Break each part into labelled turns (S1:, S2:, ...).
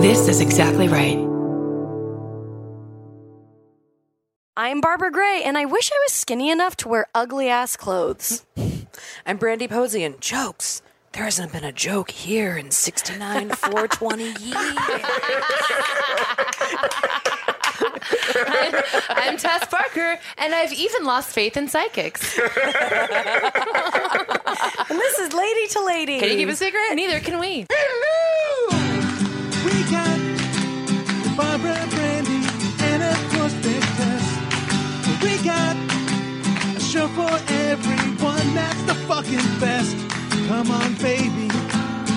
S1: This is exactly right.
S2: I'm Barbara Gray, and I wish I was skinny enough to wear ugly ass clothes.
S3: I'm Brandy Posey, and jokes. There hasn't been a joke here in 69, 420 years.
S4: I'm Tess Barker, and I've even lost faith in psychics.
S2: And this is Lady to Lady.
S4: Can you keep a secret? Neither can we.
S5: We got Barbara Brandy and of course Big Tess. We got a show for everyone that's the fucking best. Come on, baby.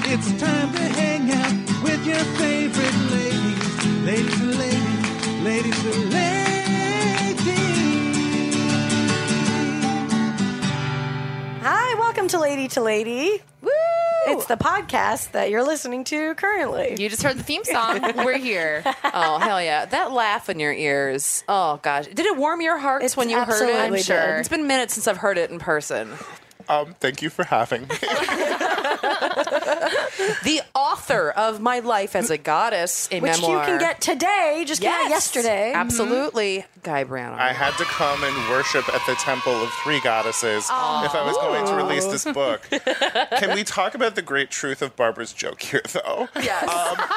S5: It's time to hang out with your favorite ladies. Ladies and ladies, ladies and ladies.
S2: Hi, welcome to Lady to Lady. Woo! It's the podcast that you're listening to currently.
S4: You just heard the theme song. We're here.
S3: Oh, hell yeah. That laugh in your ears. Oh, gosh. Did it warm your hearts
S2: It's
S3: when you heard it?
S2: absolutely did.
S3: It's been minutes since I've heard it in person.
S6: Um, thank you for having me.
S3: The author of My Life as a Goddess, a
S2: Which
S3: memoir.
S2: you can get today, just came out
S3: Yes.
S2: yesterday.
S3: Mm-hmm. Absolutely. Guy Branum.
S6: I had to come and worship at the temple of three goddesses if I was going to release this book. Can we talk about the great truth of Barbara's joke here, though? Um,
S3: Yes.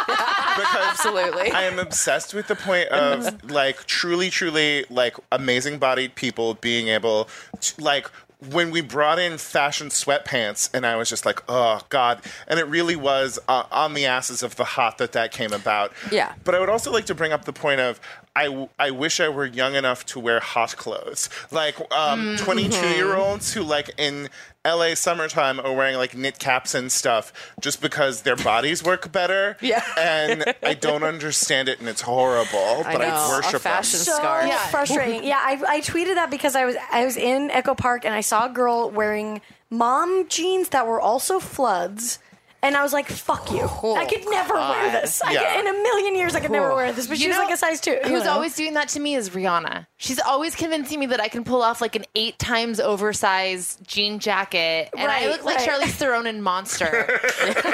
S6: Because
S3: absolutely.
S6: I am obsessed with the point of like truly, truly like amazing bodied people being able to like when we brought in fashion sweatpants and I was just like, oh God. And it really was uh, on the asses of the hot that that came about.
S3: Yeah.
S6: But I would also like to bring up the point of, I, w- I wish I were young enough to wear hot clothes. Like um,
S3: Mm-hmm.
S6: 22 year olds who, like, in LA summertime are wearing like knit caps and stuff just because their bodies work better.
S3: Yeah.
S6: And I don't understand it and it's horrible, but I,
S3: know. A
S6: worship them.
S3: fashion
S2: so
S3: scarf.
S4: Yeah.
S2: frustrating. Yeah, I, I tweeted that because I was I was in Echo Park and I saw a girl wearing mom jeans that were also floods. And I was like, "Fuck you! I could never wear this. I
S6: Yeah.
S2: could, in a million years, I could never wear this." But she's
S4: know
S2: like a size two. you
S4: Who's
S2: know.
S4: always doing that to me is Rihanna. She's always convincing me that I can pull off like an eight times oversized jean jacket, and
S2: Right,
S4: I look like
S2: right.
S4: Charlize Theron in Monster.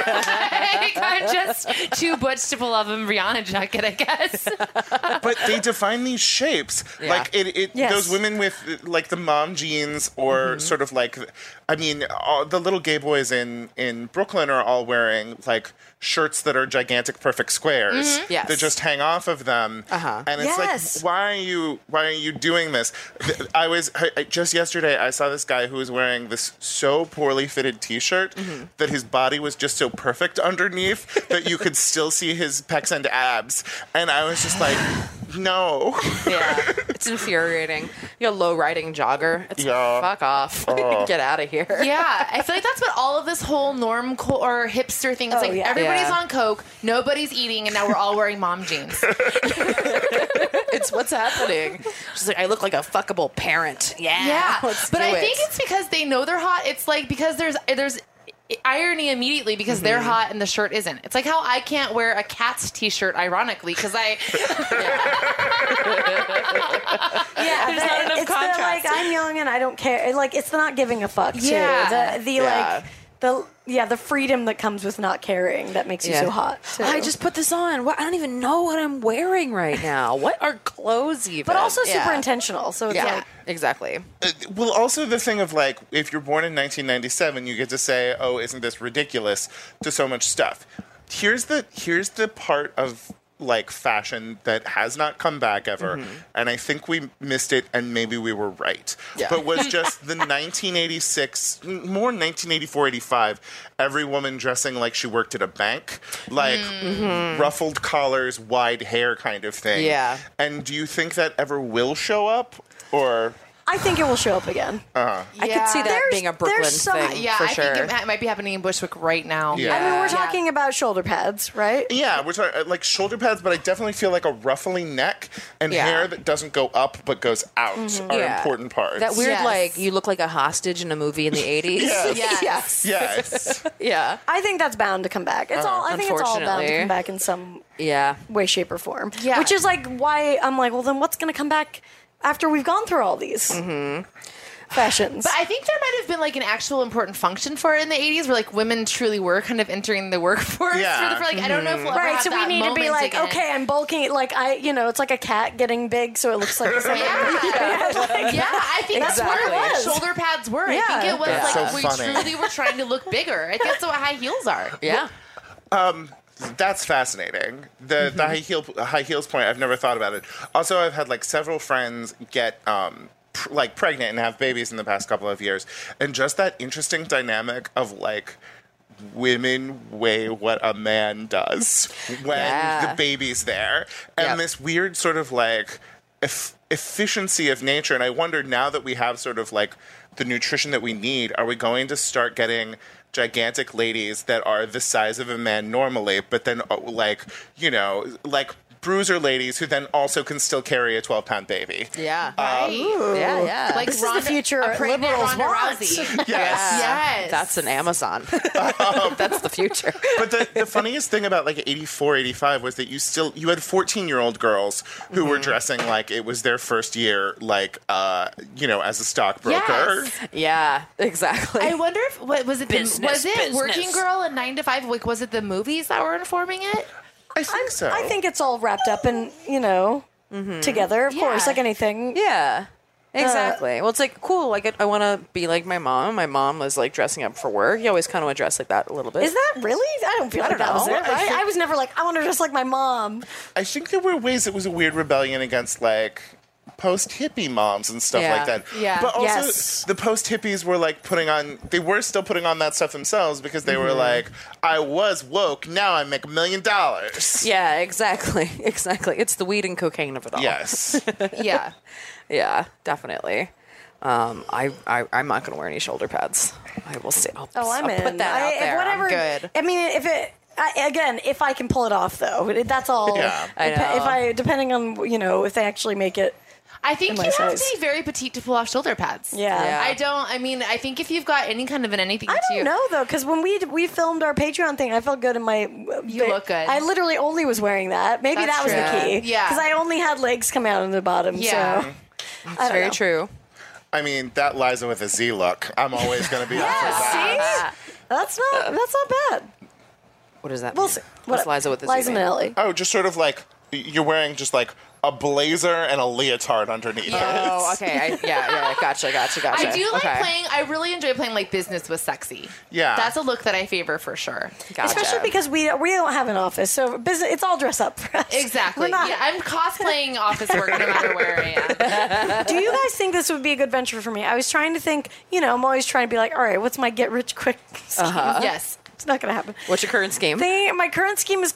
S4: like, I'm just too butch to pull off a Rihanna jacket, I guess.
S6: but they define these shapes like it, it
S2: Yes.
S6: those women with like the mom jeans or sort of like i mean all, the little gay boys in in brooklyn are all wearing like shirts that are gigantic perfect squares
S3: Yes.
S6: that just hang off of them uh-huh. and it's
S2: Yes.
S6: like why are you why are you doing this Th- i was I- I- just yesterday i saw this guy who was wearing this so poorly fitted t-shirt that his body was just so perfect underneath that you could still see his pecs and abs and i was just like no
S3: Yeah, it's infuriating. You know, low riding jogger. It's
S6: Yeah. Oh.
S3: fuck off. Get out of here.
S4: Yeah, I feel like that's what all of this whole norm co- or hipster thing is like.
S2: Oh, yeah.
S4: Everybody's
S3: Yeah.
S4: on coke, nobody's eating, and now we're all wearing mom jeans.
S3: It's what's happening. She's like, I look like a fuckable parent. Yeah,
S4: Yeah,
S3: Let's
S4: but
S3: do
S4: I
S3: it.
S4: think it's because they know they're hot. It's like because there's there's irony immediately because they're
S3: Mm-hmm.
S4: hot and the shirt isn't. It's like how I can't wear a cat's t-shirt ironically because I
S2: yeah,
S4: There's not enough
S2: it's
S4: contrast.
S2: The, like I'm young and I don't care. Like it's the not giving a fuck. Too.
S4: Yeah.
S2: the, the
S3: Yeah.
S2: like the yeah the freedom that comes with not caring that makes you so hot. too.
S3: I just put this on. What? I don't even know what I'm wearing right now. What are clothes even?
S2: but also super
S3: Yeah.
S2: intentional. So it's
S3: Yeah,
S2: like
S3: exactly.
S6: well also the thing of like if you're born in 1997 you get to say oh isn't this ridiculous to so much stuff here's the here's the part of like fashion that has not come back ever and i think we missed it and maybe we were right but was just the 1986 m- more 1984 85 every woman dressing like she worked at a bank like ruffled collars wide hair kind of thing
S3: Yeah.
S6: and do you think that ever will show up or
S2: I think it will show up again.
S3: I could see that
S2: There's-
S3: being a Brooklyn
S2: there's some-
S3: thing
S4: yeah
S3: for
S4: I
S3: sure.
S4: think it ha- might be happening in Bushwick right now.
S6: Yeah.
S2: I mean, we're
S4: Yeah.
S2: talking about shoulder pads, right?
S6: Yeah, we're talking like shoulder pads, but I definitely feel like a ruffling neck and
S3: Yeah. Mm-hmm.
S6: hair that doesn't go up but goes out are
S3: Yeah.
S6: important parts.
S3: that weird,
S4: Yes.
S3: like you look like a hostage in a movie in the '80s.
S6: Yes.
S4: Yes.
S6: Yes.
S3: yeah,
S2: I think that's bound to come back. It's all. I think it's all bound to
S3: Uh, unfortunately.
S2: come back in some
S3: yeah.
S2: way, shape, or form.
S4: Yeah.
S2: Which
S3: Mm-hmm.
S2: is like why I'm like, well, then what's going to come back after we've gone through all these? fashions.
S4: But I think there might have been like an actual important function for it in the 80s where like women truly were kind of entering the workforce.
S6: Yeah.
S4: For the, for, like, I don't know if we'll ever
S2: right,
S4: have
S2: so we
S4: that
S2: need to be
S4: moment
S2: like,
S4: again.
S2: okay, I'm bulking. Like I, you know, it's like a cat getting big, so it looks like. it's like-
S4: Yeah. yeah, I think that's what it
S2: Exactly.
S4: was. Shoulder pads were. I
S2: Yeah.
S4: think it was
S6: That's
S4: like
S6: so
S4: we
S6: funny.
S4: truly were trying to look bigger. I think that's what high heels are.
S3: Yeah.
S6: That's fascinating. The
S3: Mm-hmm.
S6: the high heel high heels point. I've never thought about it. Also, I've had like several friends get um pr- like pregnant and have babies in the past couple of years, and just that interesting dynamic of like women weigh what a man does when
S3: Yeah.
S6: the baby's there, and
S3: Yep.
S6: this weird sort of like eff- efficiency of nature. And I wonder now that we have sort of like the nutrition that we need, are we going to start getting gigantic ladies that are the size of a man normally, but then uh, like you know like bruiser ladies who then also can still carry a 12 pound baby
S3: Yeah.
S4: Right?
S3: yeah. Yeah.
S4: Like
S2: This is the future
S4: a pregnant
S2: liberals
S4: Ronda
S2: want.
S4: Rousey.
S6: yes
S4: Yes.
S3: That's an Amazon. That's the future.
S6: but the, the funniest thing about like 84 85 was that you still you had 14 year old girls who were dressing like it was their first year like uh you know as a stockbroker
S4: Yes.
S3: Yeah, exactly.
S4: I wonder if what was it the-
S3: Business,
S4: was it
S3: business.
S4: Working Girl and Nine to Five? Like was it the movies that were informing it?
S6: i think so
S2: I think it's all wrapped up and you know together, of course,
S4: Yeah.
S2: like anything. Uh,
S3: Yeah. Exactly. well, it's like cool. Like I- I want to be like my mom. My mom was like dressing up for work. You always kind of want to dress like that a little bit.
S2: Is that really? I don't feel like
S3: don't
S2: that was
S3: know.
S2: it, right? I was never like, I want to dress like my mom.
S6: I think there were ways it was a weird rebellion against like post hippie moms and stuff
S3: Yeah.
S6: like that.
S4: Yeah.
S6: But also
S2: Yes.
S6: the post hippies were like putting on they were still putting on that stuff themselves because they were like, I was woke, now I make a million dollars.
S3: Yeah. Exactly. Exactly. It's the weed and cocaine of it all.
S6: Yes.
S4: Yeah.
S3: Yeah. Definitely. Um, I, I I'm not gonna wear any shoulder pads. I will say. I'll,
S2: Oh, I'm
S3: I'll
S2: in.
S3: put that
S2: I,
S3: out there. I'm
S2: Whatever.
S3: good.
S2: I mean, if it I, again, if I can pull it off, though, it- that's all.
S6: Yeah.
S3: I
S2: Depe-
S3: know.
S2: If I, depending on you know, if they actually make it.
S4: I think
S2: my
S4: you have
S2: size.
S4: to be very petite to pull off shoulder pads.
S2: Yeah.
S3: Yeah.
S4: I don't. I mean, I think if you've got any kind of an anything,
S2: I
S4: to,
S2: don't know though, because when we we filmed our Patreon thing, I felt good in my. uh,
S4: You look good.
S2: I literally only was wearing that. Maybe that
S4: That's
S2: was
S4: true.
S2: the key.
S4: Yeah.
S2: because I only had legs come out on the bottom.
S4: Yeah.
S2: so
S3: It's very
S2: know.
S3: true.
S6: I mean, that Liza with a Z look. I'm always gonna be up for that.
S2: yeah, see, that's
S4: Uh,
S2: not that's not bad.
S3: What does that
S2: We'll
S3: mean?
S2: see.
S3: What's Liza with this?
S2: Liza Minnelli.
S6: Oh, just sort of like you're wearing just like a blazer and a leotard underneath it.
S3: Oh, okay. I, yeah, yeah. Gotcha, gotcha, gotcha.
S4: I do like
S3: okay.
S4: playing. I really enjoy playing like business with sexy.
S6: Yeah.
S4: that's a look that I favor for sure.
S3: Gotcha.
S2: Especially because we we don't have an office, so business, it's all dress up for us.
S4: Exactly.
S2: We're not-
S4: yeah, I'm cosplaying office work no matter where I am.
S2: Do you guys think this would be a good venture for me? I was trying to think. You know, I'm always trying to be like, all right, what's my get rich quick? scheme?
S4: Uh-huh. Yes.
S2: It's not gonna happen.
S3: What's your current scheme?
S2: Thing, my current scheme is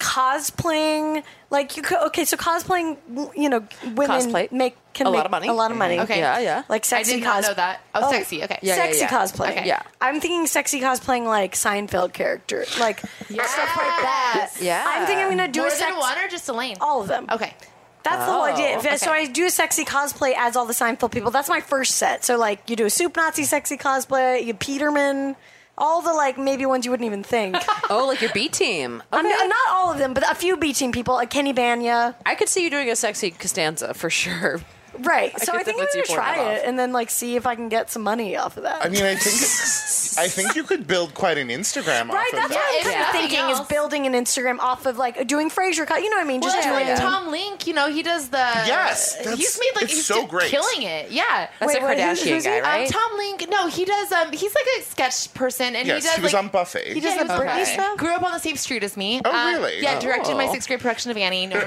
S2: cosplaying. Like you, co- okay, so cosplaying. You know, women
S3: Cosplay.
S2: make can
S3: A lot
S2: make
S3: of money.
S2: a lot of money.
S4: Okay.
S3: Yeah, yeah.
S2: like
S4: I
S2: sexy
S4: did not
S2: cos-
S4: know that. Oh,
S2: Oh,
S4: sexy. Okay.
S3: Yeah,
S2: sexy
S3: yeah.
S2: cosplay.
S4: Okay.
S3: Yeah.
S2: I'm thinking sexy cosplaying like Seinfeld character, like stuff like that.
S3: Yeah.
S2: I'm thinking I'm gonna do
S4: More
S2: a sex-
S4: than one or just Elaine?
S2: all of them.
S4: Okay.
S2: That's the whole
S3: Oh,
S2: idea. If-
S4: okay.
S2: So I do a sexy cosplay as all the Seinfeld people. That's my first set. So like you do a soup Nazi sexy cosplay, you Peterman, all the like maybe ones you wouldn't even think.
S3: Oh, like your B team.
S2: I'm, I'm not all of them, but a few B team people, like Kenny Banya.
S3: I could see you doing a sexy Costanza for sure.
S2: Right. so
S3: could
S2: I think I'm
S3: definitely
S2: gonna
S3: see you pulling
S2: try
S3: that
S2: it
S3: off.
S2: and then like see if I can get some money off of that.
S6: I mean, I think I think you could build quite an Instagram
S2: Right,
S6: off of
S2: that's
S6: that.
S2: what I'm
S4: Yeah,
S2: kind of
S4: if nothing
S2: thinking
S4: else.
S2: is building an Instagram off of like doing Frasier. Co- you know what I mean? Just
S4: Well,
S2: doing
S4: like Tom Link, you know, he does the
S6: Yes, that's-
S4: he's made like
S6: it's
S4: he's
S6: so
S4: just
S6: great.
S4: killing it. Yeah,
S3: That's
S2: Wait,
S3: a
S2: what, who's-
S3: Kardashian
S2: who's he?
S3: guy,
S2: Um,
S3: right?
S4: Um, Tom Link, no, he does. Um, he's like a sketch person, and
S6: Yes,
S4: he does.
S6: he was
S4: like,
S6: on Buffy.
S2: He does
S4: yeah,
S2: the
S4: he was
S2: Britney
S4: on-
S2: stuff.
S4: Grew up on the same street as me.
S6: Oh,
S4: Um,
S6: really?
S4: Yeah, directed my
S3: Oh.
S4: sixth grade production of Annie. No,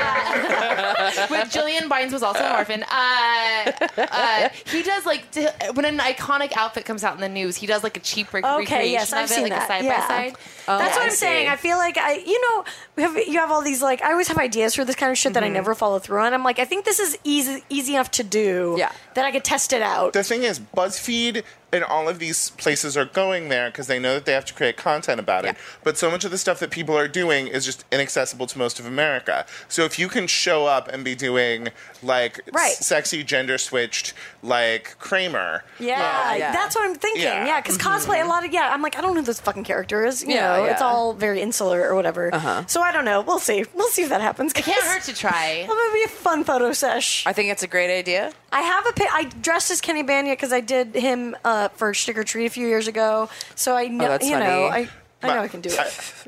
S4: uh, with Jillian Bynes was also an orphan. Uh, uh, he does like t- when an iconic outfit comes out in the news, he does like a cheap rec-
S2: Okay,
S4: recreation
S2: yes, I've
S4: of it,
S2: seen
S4: like
S2: that.
S4: a side
S2: yeah. Oh.
S4: by side.
S2: That's
S3: Yeah,
S2: what
S3: I
S2: I'm saying.
S3: see.
S2: I feel like I, you know, we have, you have all these like I always have ideas for this kind of shit that I never follow through on. I'm like, I think this is easy easy enough to do.
S3: Yeah.
S2: that I could test it out.
S6: the thing is, BuzzFeed and all of these places are going there because they know that they have to create content about it.
S3: Yeah.
S6: But so much of the stuff that people are doing is just inaccessible to most of America. So if you can show up and be doing like
S2: Right.
S6: s- sexy gender switched like Kramer,
S2: yeah,
S3: Yeah.
S2: that's what I'm thinking.
S6: Yeah.
S2: Yeah, because cosplay, a lot of yeah, I'm like, I don't know who this fucking character is. You
S3: Yeah,
S2: know,
S3: yeah.
S2: it's all very insular or whatever. Uh-huh. So I don't know. We'll see. We'll see if that happens.
S4: Can't hurt to try.
S2: It would be a fun photo sesh.
S3: I think it's a great idea.
S2: I have a pic. I dressed as Kenny Banya because I did him uh, for Sticker Treat a few years ago. So I know,
S3: Oh, that's
S2: you know,
S3: funny.
S2: I, I know I can do it.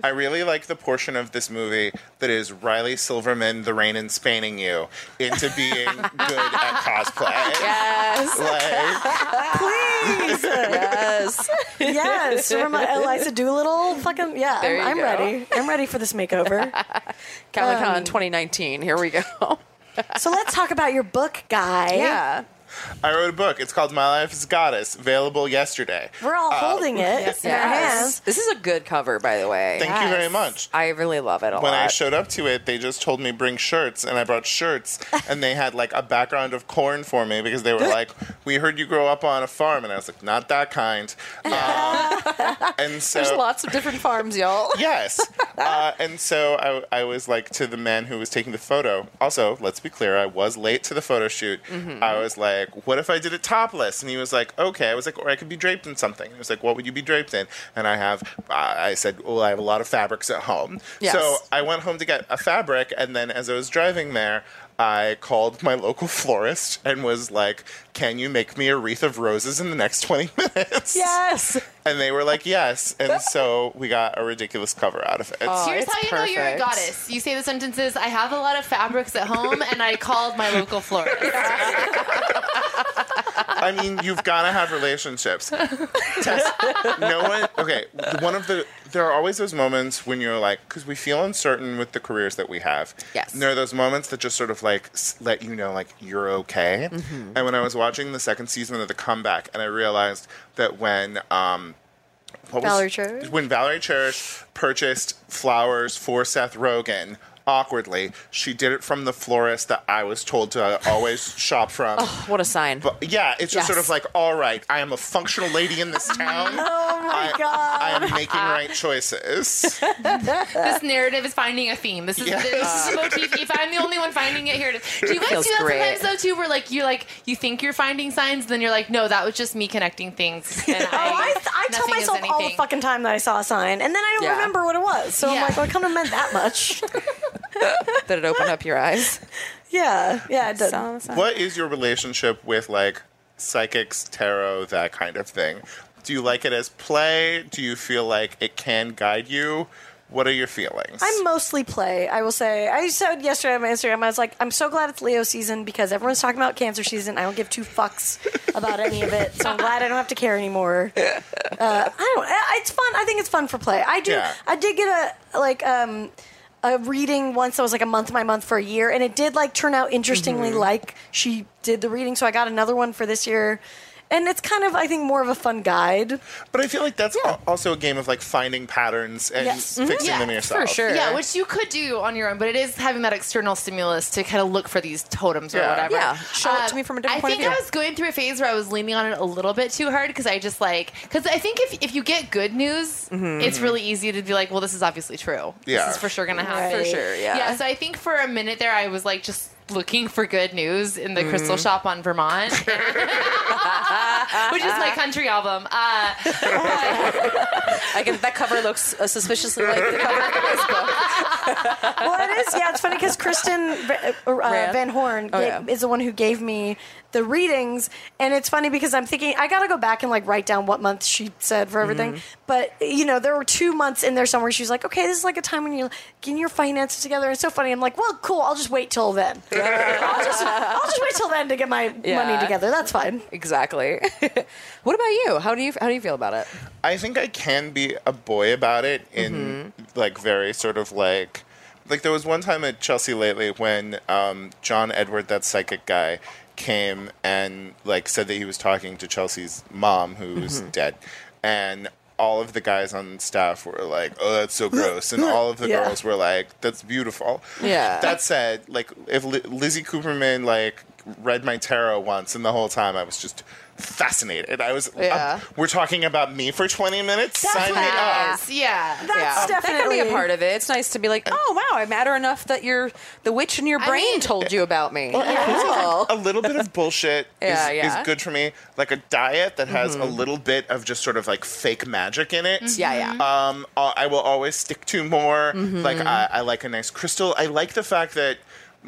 S6: I, I really like the portion of this movie that is Riley Silverman, the rain and spanning you into being good at cosplay.
S3: Yes.
S6: Like,
S2: Please,
S3: Yes.
S2: yes, from my Eliza Doolittle. Fucking yeah,
S3: There you
S2: I'm, I'm
S3: go.
S2: ready. I'm ready for this makeover.
S3: Comic Con 2019. Here we go.
S2: so let's talk about your book, guy.
S3: Yeah.
S6: I wrote a book. It's called My Life as a Goddess, available yesterday.
S2: we're
S3: Uh,
S2: all holding it in our hands.
S3: This is a good cover, by the way.
S6: Thank you very
S4: Yes.
S6: much.
S3: I really love it a
S6: when
S3: lot.
S6: I showed up to it, they just told me bring shirts, and I brought shirts, and they had like a background of corn for me because they were like, "We heard you grow up on a farm," and I was like, "Not that kind." Um, and so
S3: There's lots of different farms, y'all.
S6: yes. Uh, and so I, I was like to the man who was taking the photo. Also, let's be clear, I was late to the photo shoot.
S3: Mm-hmm.
S6: I was like, what if I did it topless? And he was like, okay. I was like, or I could be draped in something. He was like, what would you be draped in? And I have, I I said, well, I have a lot of fabrics at home.
S3: Yes.
S6: So I went home to get a fabric. And then as I was driving there, I called my local florist and was like, can you make me a wreath of roses in the next 20 minutes?
S3: Yes.
S6: And they were like, yes. And so we got a ridiculous cover out of it.
S4: Here's
S3: it's
S4: how you know you're a
S3: perfect.
S4: goddess. You say the sentences, I have a lot of fabrics at home, and I called my local florist.
S6: I mean, you've got to have relationships. Tess, no one, okay, one of the, there are always those moments when you're like, because we feel uncertain with the careers that we have.
S3: Yes.
S6: And there are those moments that just sort of like s- let you know, like, you're okay.
S2: Mm-hmm.
S6: And when I was watching the second season of The Comeback, and I realized that when, um, what was-
S2: Valerie Cherish?
S6: When Valerie Cherish purchased flowers for Seth Rogen awkwardly, she did it from the florist that I was told to always shop from.
S2: Oh.
S3: What a sign.
S6: But yeah, it's just sort
S3: Yes.
S6: of like, all right, I am a functional lady in this town.
S2: Oh my
S6: I,
S2: god.
S6: I am making right choices.
S4: this narrative is finding a theme. This is
S6: Yes.
S4: this motif. If I'm the only one finding it, here it is. Do you guys
S3: Feels
S4: do that
S3: great.
S4: sometimes though too? Where like you like you think you're finding signs, then you're like, no, that was just me connecting things. And
S2: Oh, I,
S4: I,
S2: I tell
S4: nothing is
S2: myself all the
S4: anything.
S2: fucking time that I saw a sign, and then I don't
S3: Yeah.
S2: remember what it was. So I'm
S4: Yeah.
S2: like, well, it couldn't have meant that much.
S3: Did it open up your eyes?
S2: yeah, yeah, it did.
S6: what is your relationship with like psychics, tarot, that kind of thing? Do you like it as play? Do you feel like it can guide you? What are your feelings?
S2: I mostly play. I will say. I said yesterday on my Instagram. I was like, I'm so glad it's Leo season because everyone's talking about cancer season. I don't give two fucks about any of it. So I'm glad I don't have to care anymore. Uh, I don't. I- It's fun. I think it's fun for play. I do.
S6: Yeah.
S2: I did get a like um a reading once that was like a month my month for a year, and it did like turn out interestingly like she did the reading. So I got another one for this year. And it's kind of, I think, more of a fun guide.
S6: but I feel like that's al- also a game of like finding patterns and
S2: Yes. Mhm.
S6: fixing
S4: Yeah,
S6: them
S4: for
S6: yourself.
S3: sure.
S4: Yeah, which you could do on your own, but it is having that external stimulus to kind of look for these totems or
S6: Yeah.
S4: whatever. Uh,
S3: Yeah, show it to me from a different
S4: I
S3: point of
S4: think
S3: view.
S4: I was going through a phase where I was leaning on it a little bit too hard because I just like because I think if if you get good news,
S3: Mm-hmm.
S4: it's really easy to be like, well, this is obviously true.
S6: Yeah.
S4: this is for sure gonna happen.
S3: For sure, yeah.
S4: Yeah, so I think for a minute there, I was like just looking for good news in the crystal
S3: Mm-hmm.
S4: shop on Vermont, which is my country album. Uh,
S3: I can, that cover looks uh, suspiciously like the cover of this book.
S2: well, it is. Yeah, it's funny because Kristen Va- uh,
S3: Rand?
S2: Van Horn
S3: Oh,
S2: ga-
S3: yeah.
S2: is the one who gave me the readings, and it's funny because I'm thinking I got to go back and like write down what month she said for everything.
S3: Mm-hmm.
S2: But you know, there were two months in there somewhere. She's like, "Okay, this is like a time when you're getting your finances together." It's so funny. I'm like, "Well, cool. I'll just wait till then. I'll, just, I'll just wait till then to get my
S3: Yeah.
S2: money together. That's fine."
S3: Exactly. what about you? How do you how do you feel about it?
S6: I think I can be a boy about it in like very sort of like like there was one time at Chelsea lately when um, John Edward, that psychic guy, came and like said that he was talking to Chelsea's mom who's dead, and all of the guys on staff were like, "Oh, that's so gross," and all of the
S2: Yeah.
S6: girls were like, "That's beautiful."
S3: Yeah.
S6: That said, like if Li- Lizzie Cooperman like read my tarot once, and the whole time I was just fascinated. I was
S3: Yeah.
S6: up- Uh, we're talking about me for 20 minutes?
S2: That's
S6: Sign
S2: what
S6: me
S2: it
S6: up.
S4: yes, yeah.
S2: That's
S3: that can be a
S2: definitely-
S3: part of it. It's nice to be like, oh wow, I matter enough that you're the witch in your brain
S4: mean-
S3: told you about me.
S6: A
S3: Cool.
S6: little bit of bullshit
S3: Yeah,
S6: is,
S3: yeah.
S6: is good for me. Like a diet that has a little bit of just sort of like fake magic in it.
S3: Yeah, Mm-hmm. yeah. Mm-hmm.
S6: Um, I I will always stick to more. Like I, I like a nice crystal. I like the fact that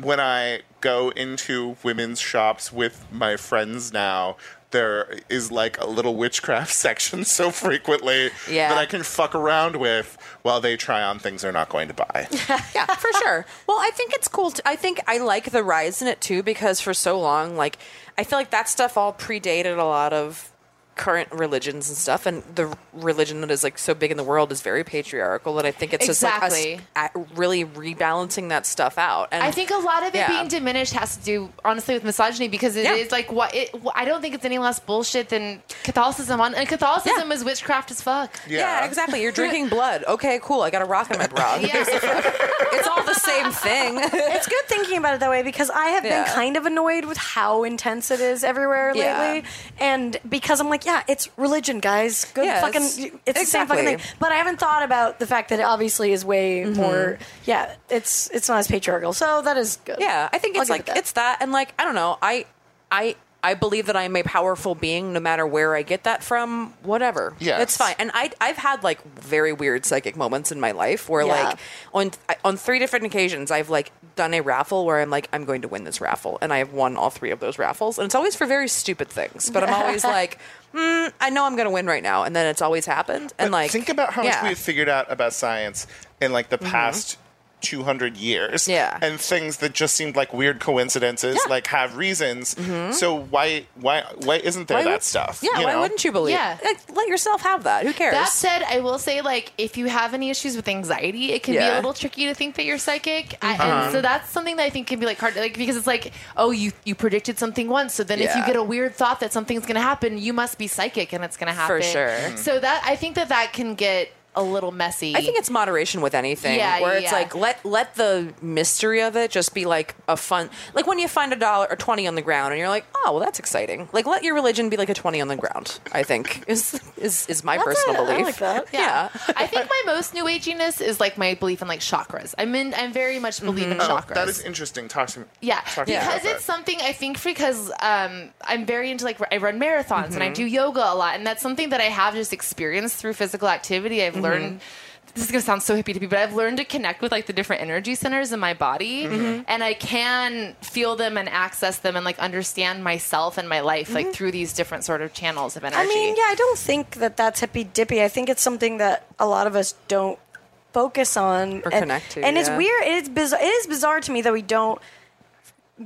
S6: when I go into women's shops with my friends now, there is like a little witchcraft section so frequently
S3: Yeah.
S6: that I can fuck around with while they try on things they're not going to buy.
S3: yeah, for sure. Well, I think it's cool. To, I think I like the rise in it too because for so long, like I feel like that stuff all predated a lot of current religions and stuff, and the religion that is like so big in the world is very patriarchal. That I think it's
S4: Exactly.
S3: just like us at- really rebalancing that stuff out. And
S4: I think a lot of it
S3: Yeah.
S4: being diminished has to do, honestly, with misogyny because it
S3: Yeah.
S4: is like what it, I don't think it's any less bullshit than Catholicism. On and Catholicism
S3: Yeah.
S4: is witchcraft as fuck.
S3: Yeah. exactly. You're drinking blood. Okay, cool. I got a rock in my bra. It's all the same thing.
S2: It's good thinking about it that way because I have
S3: Yeah.
S2: been kind of annoyed with how intense it is everywhere
S3: Yeah.
S2: lately. And because I'm like, yeah, it's religion, guys. Good
S3: Yes.
S2: fucking, it's the same fucking
S3: Exactly. Mm-hmm.
S2: thing. But I haven't thought about the fact that it obviously is way more. Yeah, it's it's not as patriarchal, so that is good.
S3: Yeah, I think
S2: I'll
S3: it's
S2: give it
S3: like
S2: that.
S3: it's that, and like I don't know, I, I, I believe that I'm a powerful being, no matter where I get that from, whatever.
S6: Yes.
S3: it's fine. And I, I've had like very weird psychic moments in my life where
S2: Yeah.
S3: like on I- on three different occasions I've like done a raffle where I'm like I'm going to win this raffle, and I have won all three of those raffles, and it's always for very stupid things, but I'm always like. Mm, I know I'm going to win right now, and then it's always happened. And
S6: But
S3: like,
S6: think about how
S3: yeah. Mm-hmm.
S6: much we've figured out about science in like the past 200 years
S3: Yeah.
S6: and things that just seemed like weird coincidences
S3: Yeah. Mm-hmm.
S6: like have reasons so why why why isn't there
S3: Why
S6: that
S3: would-
S6: stuff
S3: Yeah,
S6: you
S3: why
S6: know?
S3: wouldn't you believe?
S4: Yeah.
S3: Like, let yourself have that. Who cares?
S4: That said, I will say, like, if you have any issues with anxiety, it can be
S3: Yeah. Uh-huh.
S4: a little tricky to think that you're psychic. I, and so that's something that I think can be like hard, like because it's like, oh, you you predicted something once, so then if you
S3: Yeah.
S4: get a weird thought that something's gonna happen, you must be psychic and it's gonna happen
S3: sure. Mhm.
S4: So that I think that that can get a little messy.
S3: I think it's moderation with anything.
S4: Yeah,
S3: where
S4: yeah,
S3: it's
S4: yeah.
S3: like let let the mystery of it just be like a fun like when you find a dollar or twenty on the ground and you're like, oh well that's exciting. Like let your religion be like a twenty on the ground, I think. Is is is my personal
S2: I- I
S3: belief.
S2: like that.
S3: Yeah.
S4: I think my most new aginess is like my belief in like chakras. I'm in. I'm very much
S2: Mm-hmm.
S4: believe in
S6: Oh,
S4: chakras.
S6: that is interesting talk to me
S4: yeah,
S6: talk to me
S4: because
S6: about
S4: it's
S6: that.
S4: something I think because um, I'm very into like I run marathons and I
S2: Mm-hmm.
S4: do yoga a lot, and that's something that I have just experienced through physical activity.
S2: Mm-hmm.
S4: I've learned. This is gonna sound so hippie to me, but I've learned to connect with like the different energy centers in my body,
S2: Mm-hmm.
S4: and I can feel them and access them and like understand myself and my life like through these different sort of channels of energy.
S2: Mm-hmm. I mean, yeah, I don't think that that's hippy dippy. I think it's something that a lot of us don't focus on
S3: Or
S2: and,
S3: connect to,
S2: And it's
S3: yeah.
S2: weird. It's bizarre. It is bizarre to me that we don't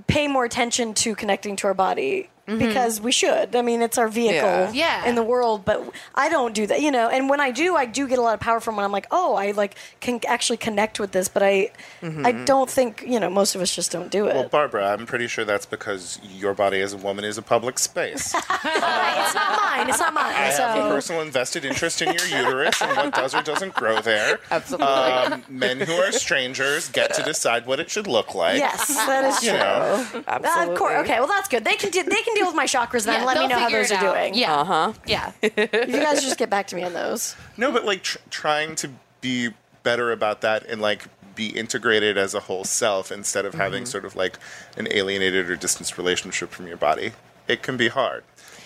S2: pay more attention to connecting to our body because we should. I mean, it's our vehicle
S3: Mm-hmm. Yeah.
S4: Yeah.
S2: in the world, but I don't do that, you know. And when I do, I do get a lot of power from when I'm like, "Oh, I like can actually connect with this," but I I
S3: Mm-hmm.
S2: don't think, you know, most of us just don't do it.
S6: well Oh, barbara i'm pretty sure that's because your body as a woman is a public space
S2: it's not mine. It's not mine.
S6: I
S2: so
S6: have a personal invested interest in your uterus and what does or doesn't grow there.
S3: Absolutely.
S6: Um, men who are strangers get to decide what it should look like.
S2: Yes, that is
S6: You
S2: true.
S6: know.
S2: Uh,
S3: Absolutely.
S2: Of course. Okay. Well, that's good. They can do, they can deal with my chakras then.
S4: Yeah,
S2: let me
S4: they'll
S2: know how
S4: figure
S2: those
S4: it
S2: are
S4: out.
S2: doing. Uh-huh.
S4: Yeah. Uh huh. Yeah.
S2: If you guys just get back to me on those.
S6: No, but like tr- trying to be better about that and like be integrated as a whole self instead of having
S2: Mm-hmm.
S6: sort of like an alienated or distanced relationship from your body. It can be hard.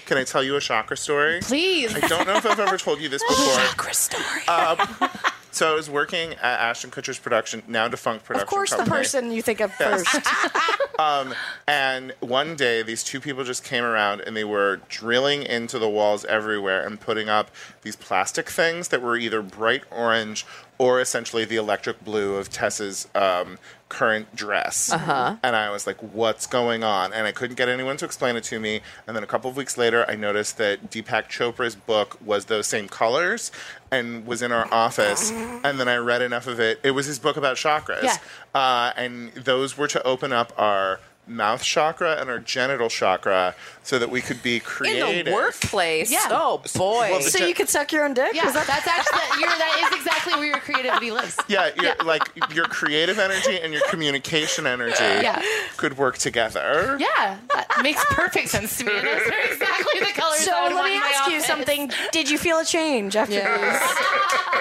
S6: Can I tell you a chakra story?
S4: Please.
S6: I don't know if I've ever told you this before. Um,
S3: Chakra story.
S6: So I was working at Ashton Kutcher's production, now defunct production.
S2: Of course, the
S6: company.
S2: person you think of first.
S6: Um, And one day, these two people just came around and they were drilling into the walls everywhere and putting up these plastic things that were either bright orange or essentially the electric blue of Tessa's um, current dress. Uh-huh. And I was like, what's going on? And I couldn't get anyone to explain it to me. And then a couple of weeks later, I noticed that Deepak Chopra's book was those same colors and was in our office. And then I read enough of it. It was his book about chakras.
S4: Yeah.
S6: Uh, and those were to open up our mouth chakra and our genital chakra so that we could be
S3: In
S6: creative.
S3: the workplace.
S4: Yeah.
S3: Oh boy.
S6: Well, the-
S2: so you could suck your own dick.
S4: Yeah,
S2: Is that-
S4: that's actually you're, that is exactly where your creativity lives.
S6: Yeah, your, like your creative energy and your communication energy
S4: Yeah.
S6: could work together.
S4: Yeah, that makes perfect sense to me. And those are exactly the colors.
S2: so
S4: I would
S2: let
S4: want
S2: me
S4: in my
S2: ask you
S4: office.
S2: something. Did you feel a change after
S3: Yeah.
S2: these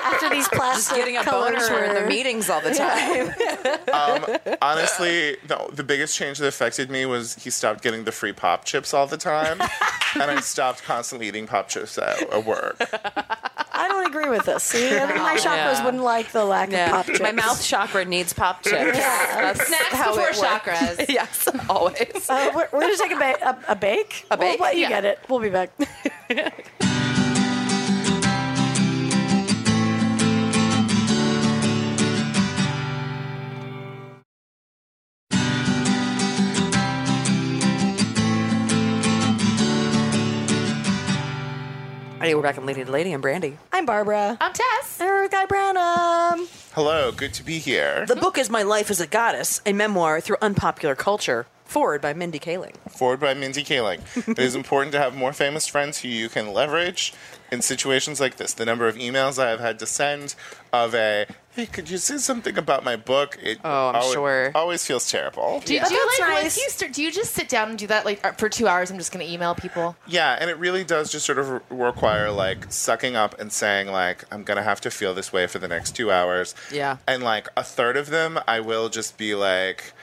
S2: after these
S3: Just
S2: plastic
S3: getting a
S2: colors
S3: bonus. We're in
S2: were-
S3: the meetings all the time.
S6: Honestly, the, the biggest change that affected me was he stopped getting the free pop chips all the time, and I stopped constantly eating pop chips at, at work.
S2: I don't agree with this. See, I think my chakras
S3: Yeah.
S2: wouldn't like the lack of
S3: Yeah.
S2: pop chips.
S3: My mouth chakra needs pop chips. That's
S4: Snacks
S3: how
S4: before
S3: it works.
S4: chakras.
S3: yes, always.
S2: Uh, we're, we're gonna take a, ba- a, a bake. A
S3: bake?
S2: Well, you
S4: Yeah.
S2: get it. We'll be back.
S3: Anyway, we're back on Lady to Lady. I'm Brandy.
S2: I'm Barbara.
S4: I'm Tess.
S2: There Guy Branum.
S6: Hello, good to be here.
S3: The book is My Life as a Goddess, a memoir through unpopular culture, forward by Mindy Kaling.
S6: Forward by Mindy Kaling. it is important to have more famous friends who you can leverage in situations like this. The number of emails I have had to send of a, hey, could you say something about my book? It
S3: Oh, I'm
S6: always,
S3: sure.
S6: always feels terrible.
S4: Do,
S6: yeah.
S4: do you
S2: That's
S4: like
S2: nice.
S4: once you start? Do you just sit down and do that like uh, for two hours? I'm just gonna email people.
S6: Yeah, and it really does just sort of re- require like sucking up and saying like I'm gonna have to feel this way for the next two hours.
S3: Yeah.
S6: and like a third of them, I will just be like.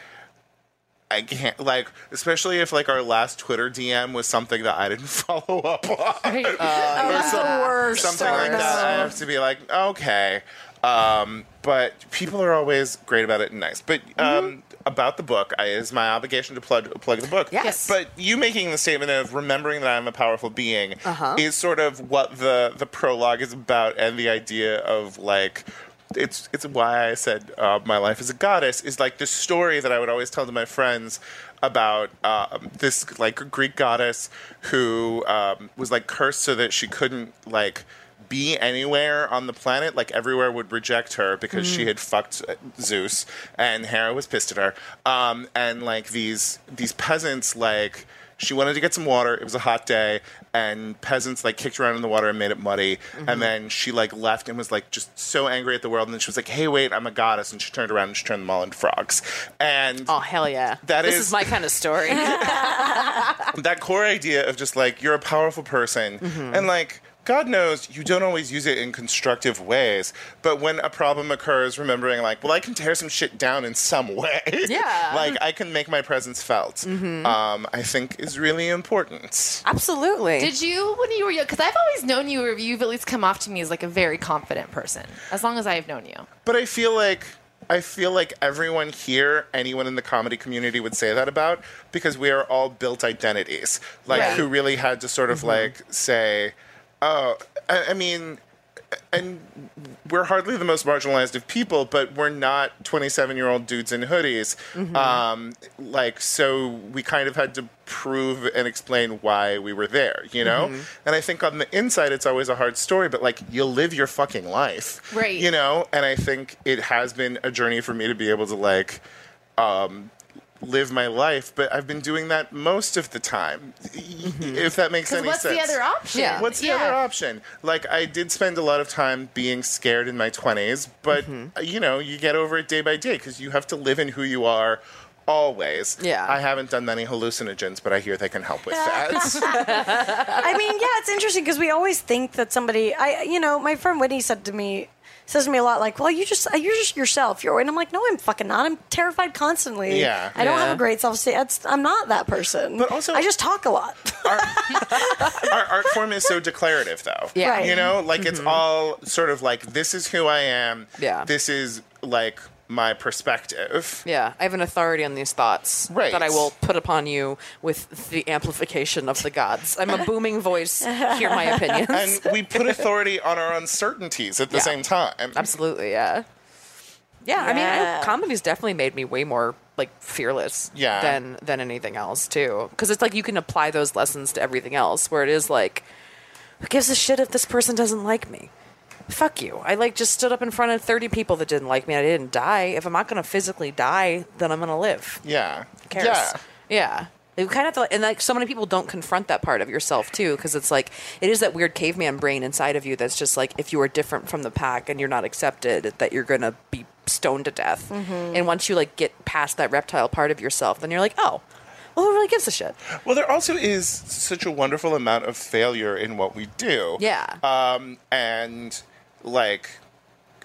S6: I can't like, especially if like our last Twitter DM was something that I didn't follow up on,
S2: Oh, that's the worst.
S6: something
S2: Sorry.
S6: like that. I have to be like, okay. Um, but people are always great about it and nice. But um, about the book, I, it is my obligation to plug plug the book.
S3: Yes.
S6: But you making the statement of remembering that I'm a powerful being is sort of what the the prologue is about, and the idea of like. It's it's why I said uh, my life as a goddess is like the story that I would always tell to my friends about um, this like Greek goddess who um, was like cursed so that she couldn't like be anywhere on the planet. Like everywhere would reject her because she had fucked uh, Zeus, and Hera was pissed at her. Um, and like these these peasants, like she wanted to get some water. It was a hot day, and peasants like kicked around in the water and made it muddy. And then she like left and was like just so angry at the world. And then she was like, "Hey, wait, I'm a goddess." And she turned around and she turned them all into frogs. And
S3: Oh, hell yeah.
S6: That
S3: this
S6: is-
S3: is my kind of story.
S6: that core idea of just like you're a powerful person and like God knows you don't always use it in constructive ways, but when a problem occurs, remembering like, well, I can tear some shit down in some way.
S3: Yeah.
S6: like I can make my presence felt. Um, I think is really important.
S3: Absolutely.
S4: Did you when you were young? Because I've always known you, or you've at least come off to me as like a very confident person. As long as I have known you,
S6: But I feel like I feel like everyone here, anyone in the comedy community would say that about because we are all built identities. Like
S4: Right.
S6: who really had to sort of like say, oh, I, I mean, and we're hardly the most marginalized of people, but we're not 27 year old dudes in hoodies.
S4: Mm-hmm.
S6: Um, like, so we kind of had to prove and explain why we were there, you know?
S4: Mm-hmm.
S6: And I think on the inside, it's always a hard story, but like, you live your fucking life.
S4: Right.
S6: You know? And I think it has been a journey for me to be able to, like, um, live my life, but I've been doing that most of the time, if that
S4: Mm-hmm. because
S6: makes any
S4: what's
S6: sense.
S4: the other option?
S3: Yeah.
S6: What's the
S4: Yeah.
S6: other option? Like, I did spend a lot of time being scared in my 20s, but uh, you know, you get over it day by day because you have to live in who you are always.
S3: Yeah.
S6: I haven't done any hallucinogens, but I hear they can help with that.
S2: I mean, yeah, it's interesting because we always think that somebody. I, you know, my friend Whitney said to me, says to me a lot, like, "Well, you just, you're just yourself." You're, and I'm like, "No, I'm fucking not. I'm terrified constantly.
S6: Yeah.
S2: I don't
S3: Yeah.
S2: have a great self esteem. I'm not that person.
S6: But also-
S2: I just talk a lot.
S6: our, our art form is so declarative, though.
S3: Yeah.
S2: Right.
S6: You know, like it's all sort of like, this is who I am.
S3: Yeah.
S6: This is like my perspective.
S3: yeah, I have an authority on these thoughts
S6: Right.
S3: that I will put upon you with the amplification of the gods. I'm a booming voice. Hear my opinions.
S6: And we put authority on our uncertainties at the
S3: Yeah.
S6: same time.
S3: Absolutely, yeah. Yeah, I mean,
S2: Yeah.
S3: I, comedy's definitely made me way more like fearless
S6: Yeah.
S3: than than anything else too. Because it's like you can apply those lessons to everything else. Where it is like, who gives a shit if this person doesn't like me? Fuck you. I like just stood up in front of thirty people that didn't like me. and I didn't die. If I'm not gonna physically die, then I'm gonna live.
S6: Yeah.
S3: Who cares?
S6: Yeah.
S3: Yeah. You kind of have to, and like so many people don't confront that part of yourself too, because it's like it is that weird caveman brain inside of you that's just like if you are different from the pack and you're not accepted, that you're gonna be stoned to death.
S2: Mm-hmm.
S3: And once you like get past that reptile part of yourself, then you're like, oh, well, who really gives a shit?
S2: Uh,
S6: Well, there also is such a wonderful amount
S2: mm-hmm.
S6: of failure in what we do.
S3: Yeah.
S6: Um, and like,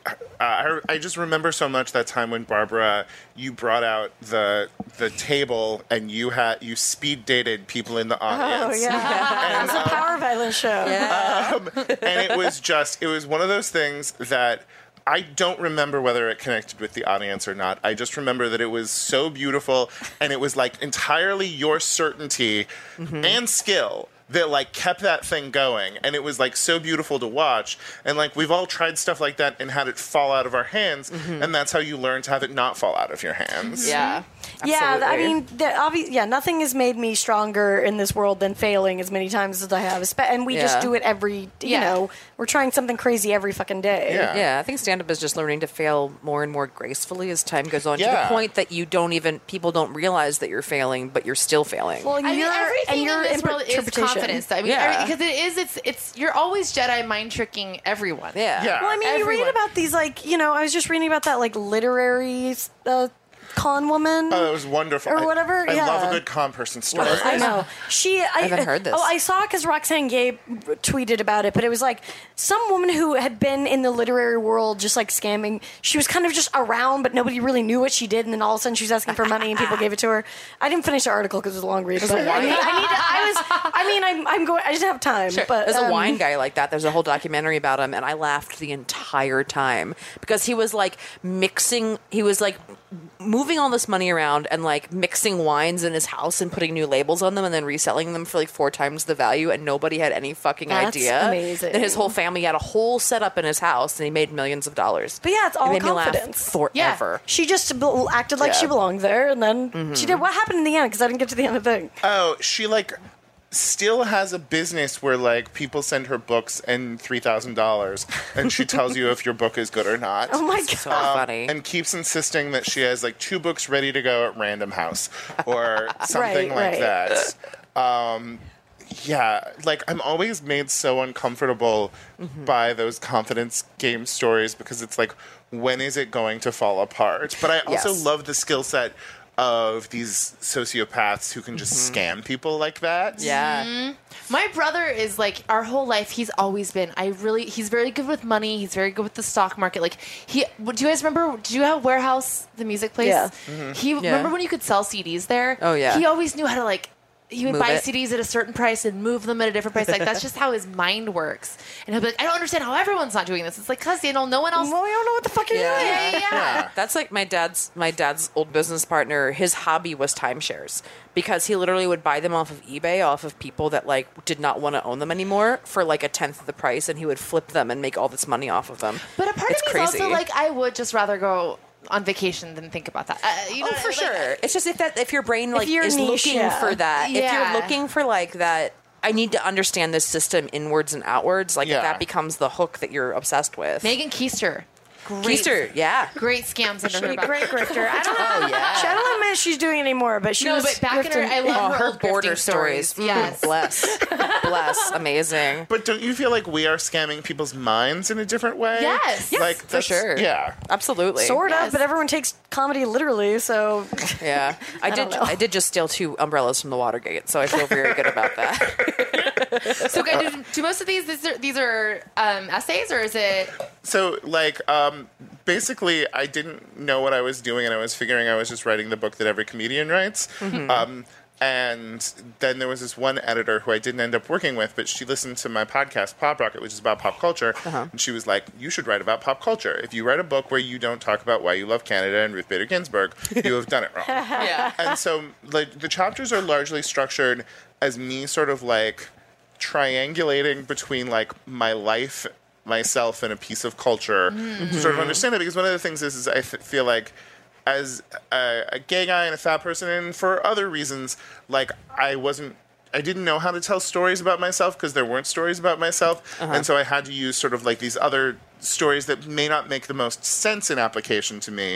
S6: uh, I, I just remember so much that time when Barbara, you brought out the the table and you had you speed dated people in the
S2: Oh
S6: audience.
S2: yeah,
S6: And,
S2: it's a
S6: um,
S2: power violence show.
S6: um, and it was just it was one of those things that I don't remember whether it connected with the audience or not. I just remember that it was so beautiful and it was like entirely your certainty
S2: Mm-hmm.
S6: and skill that like kept that thing going and it was like so beautiful to watch and like we've all tried stuff like that and had it fall out of our hands
S2: Mm-hmm.
S6: and that's how you learn to have it not fall out of your hands.
S3: Yeah.
S2: Yeah, th- I
S3: Absolutely.
S2: mean, the obvious. Yeah, nothing has made me stronger in this world than failing as many times as I have. Espe- And we just
S3: Yeah.
S2: do it every. You
S4: Yeah.
S2: know, we're trying something crazy every fucking day.
S6: Yeah.
S3: Yeah, I think stand up is just learning to fail more and more gracefully as time goes on to
S6: Yeah.
S3: the point that you don't even people don't realize that you're failing, but you're still failing.
S2: Well, and
S4: I mean,
S2: your,
S4: everything
S2: and your
S4: in this world is
S2: interpretation.
S4: confidence. I mean,
S3: Yeah.
S4: because it is, it's, it's, you're always Jedi mind tricking everyone.
S3: yeah.
S6: Yeah.
S2: Well, I mean, you read
S4: Everyone.
S2: about these, like you know, I was just reading about that, like literary uh, con woman.
S6: Oh, it was wonderful.
S2: Or
S6: I-
S2: whatever,
S6: I,
S2: yeah.
S6: love a good con person story.
S2: I know. She. I,
S3: haven't heard this.
S2: Oh, I saw because Roxanne Gay tweeted about it, but it was like some woman who had been in the literary world, just like scamming. She was kind of just around, but nobody really knew what she did. And then all of a sudden, she was asking for money, and people gave it to her. I didn't finish the article because it was a long read. But I, need, I, need to, I was. I mean, I'm, I'm going. I just have time. But
S3: There's
S2: um,
S3: a wine guy like that. There's a whole documentary about him, and I laughed the entire time because he was like mixing, he was like moving all this money around and like mixing wines in his house and putting new labels on them and then reselling them for like four times the value, and nobody had any fucking
S2: That's
S3: idea.
S2: amazing.
S3: That his whole family had a whole setup in his house and he made millions of dollars.
S2: But yeah, it's all
S3: it made
S2: confidence.
S3: Me laugh
S4: Yeah.
S3: forever.
S2: She just bel- acted like
S3: Yeah. Mm-hmm.
S2: she belonged there, and then she did. What happened in the end? Because I didn't get to the end of the thing.
S6: Oh, she like still has a business where like people send her books and three thousand dollars, and she tells you if your book is good or not.
S2: oh my
S3: So
S2: god!
S3: funny.
S6: Um, And keeps insisting that she has like two books ready to go at Random House or something
S2: Right,
S6: like
S2: right.
S6: that. Um, yeah, like I'm always made so uncomfortable by those confidence game stories because it's like, when is it going to fall apart? But I also
S3: Yes.
S6: love the skill set of these sociopaths who can just scam people like that.
S3: yeah.
S4: My brother is like our whole life. He's always been. I really. He's very good with money. He's very good with the stock market. Like he. Do you guys remember? Do you have warehouse the music place?
S2: Yeah.
S4: He remember when you could sell CDs there?
S3: Oh, yeah.
S4: He always knew how to like. He would
S3: Move
S4: buy
S3: it.
S4: CDs at a certain price and move them at a different price. Like that's just how his mind works. And he'll be like, I don't understand how everyone's not doing this. It's like, cause you know, no one else.
S2: Well, I don't know what the fuck you're
S3: Yeah.
S2: doing.
S4: yeah, yeah, yeah.
S3: That's like my dad's my dad's old business partner. His hobby was timeshares because he literally would buy them off of eBay, off of people that like did not want to own them anymore for like a tenth of the price, and he would flip them and make all this money off of them.
S4: But a part
S3: it's
S4: of me
S3: crazy.
S4: is also like, I would just rather go on vacation than think about that. Uh, you know,
S3: oh, for
S4: like,
S3: sure. It's just if that if your brain like
S2: you're
S3: is
S2: niche,
S3: looking
S2: yeah.
S3: for that, if
S4: Yeah.
S3: you're looking for like that. I need to understand this system inwards and outwards. Like
S6: Yeah.
S3: that becomes the hook that you're obsessed with.
S4: Megan Keister. Great.
S3: Keister, yeah.
S4: Great scams under
S2: She's
S4: her
S2: a
S4: belt.
S2: great grifter. I don't know.
S3: Oh yeah.
S2: She- I don't know if she's doing anymore, but she
S4: No,
S2: was
S4: but back in her, I
S2: grifting.
S3: Oh,
S4: love her,
S3: her
S4: old
S3: border
S4: grifting
S3: stories.
S4: stories. Mm-hmm.
S3: Mm,
S4: Yes.
S3: bless, bless, amazing.
S6: But don't you feel like we are scamming people's minds in a different way?
S4: Yes. Yes,
S6: like
S3: for
S6: that's-
S3: sure.
S6: Yeah.
S3: Absolutely.
S2: Sort of,
S4: Yes.
S2: but everyone takes comedy literally, so
S3: Yeah. I,
S2: don't
S3: did
S2: know.
S3: I did just steal two umbrellas from the Watergate, so I feel very good about that.
S4: So, guys, do, do most of these these are, these are um, essays, or is it?
S6: so like um basically i didn't know what i was doing and i was figuring i was just writing the book that every comedian writes um and then there was this one editor who I didn't end up working with, but she listened to my podcast, Pop Rocket, which is about pop culture. And she was like, You should write about pop culture. If you write a book where you don't talk about why you love Canada and Ruth Bader Ginsburg, you have done it wrong
S3: yeah.
S6: and so like the chapters are largely structured as me sort of like triangulating between like my life myself and a piece of culture to sort of understand it because one of the things is, is i f- feel like as a, a gay guy and a fat person and for other reasons like i wasn't i didn't know how to tell stories about myself because there weren't stories about myself and so i had to use sort of like these other stories that may not make the most sense in application to me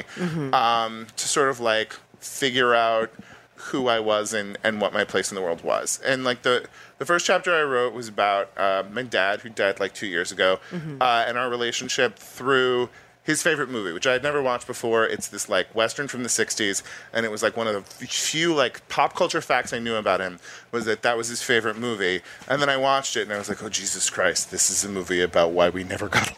S6: um, to sort of like figure out who I was and, and what my place in the world was. And like the the first chapter I wrote was about uh, my dad who died like two years ago uh, and our relationship through his favorite movie, which I had never watched before. It's this like Western from the 60s, and it was like one of the few like pop culture facts I knew about him was that that was his favorite movie. And then I watched it and I was like, oh, Jesus Christ, this is a movie about why we never got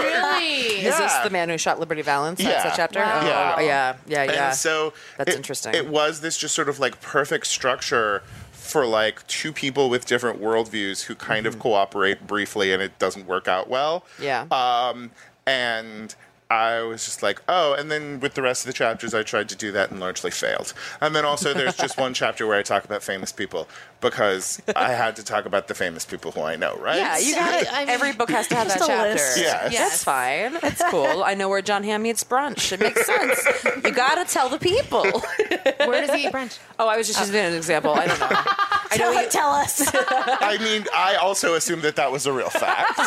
S4: Really?
S6: Yeah.
S3: Is this the man who shot Liberty Valance? That's
S6: Yeah.
S3: the chapter.
S4: Wow.
S6: Yeah.
S3: Oh, yeah, yeah, yeah.
S6: And so
S3: That's
S6: it-
S3: interesting.
S6: It was this just sort of like perfect structure for like two people with different worldviews who kind of cooperate briefly and it doesn't work out well.
S3: Mm-hmm. Yeah.
S6: Um, and I was just like, oh, and then with the rest of the chapters, I tried to do that and largely failed. And then also, there's just one chapter where I talk about famous people because I had to talk about the famous people who I know, right?
S3: yeah, you got
S4: I mean,
S3: Every book has to have that
S2: just a
S3: chapter.
S2: list.
S6: Yes.
S3: That's fine. That's cool. I know where John Hamm eats brunch. It makes sense. you gotta tell the people.
S4: Where does he eat brunch?
S3: Oh, I was just using an example. I don't know. I know you,
S2: Tell us.
S6: I mean, I also assumed that that was a real fact.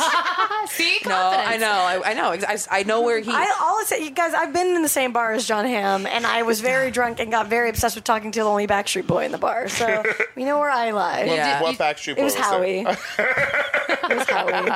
S4: See,
S3: no, Oh, I know, I, I know, I, I know where he.
S2: I always say, you guys, I've been in the same bar as John Hamm, and I was very drunk and got very obsessed with talking to the only Backstreet Boy in the bar. So we know where I lie.
S3: Yeah.
S6: what Backstreet Boy
S2: It was
S6: there?
S2: Howie. it was Howie.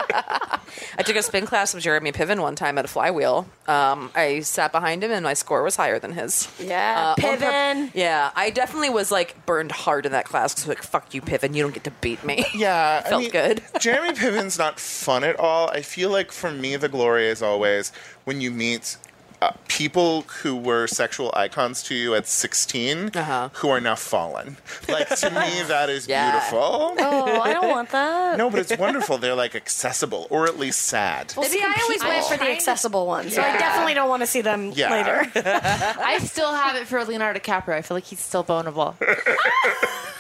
S3: I took a spin class with Jeremy Piven one time at a flywheel. Um, I sat behind him, and my score was higher than his.
S2: Yeah,
S3: well,
S2: Piven.
S3: per- yeah, I definitely was like burned hard in that class because like, fuck you, Piven, you don't get to beat me.
S6: Yeah,
S3: Felt good.
S6: Jeremy Piven's not fun at all. I feel like for me, the glory is always when you meet uh, people who were sexual icons to you at 16
S3: Uh-huh.
S6: who are now fallen. Like to me, that is
S3: Yeah.
S6: beautiful.
S2: Oh, I don't want that.
S6: No, but it's wonderful. They're like accessible or at least sad.
S2: Well, see, I always went for the accessible one, so I definitely don't want to see them
S6: Yeah.
S2: later.
S4: I still have it for Leonardo DiCaprio. I feel like he's still vulnerable.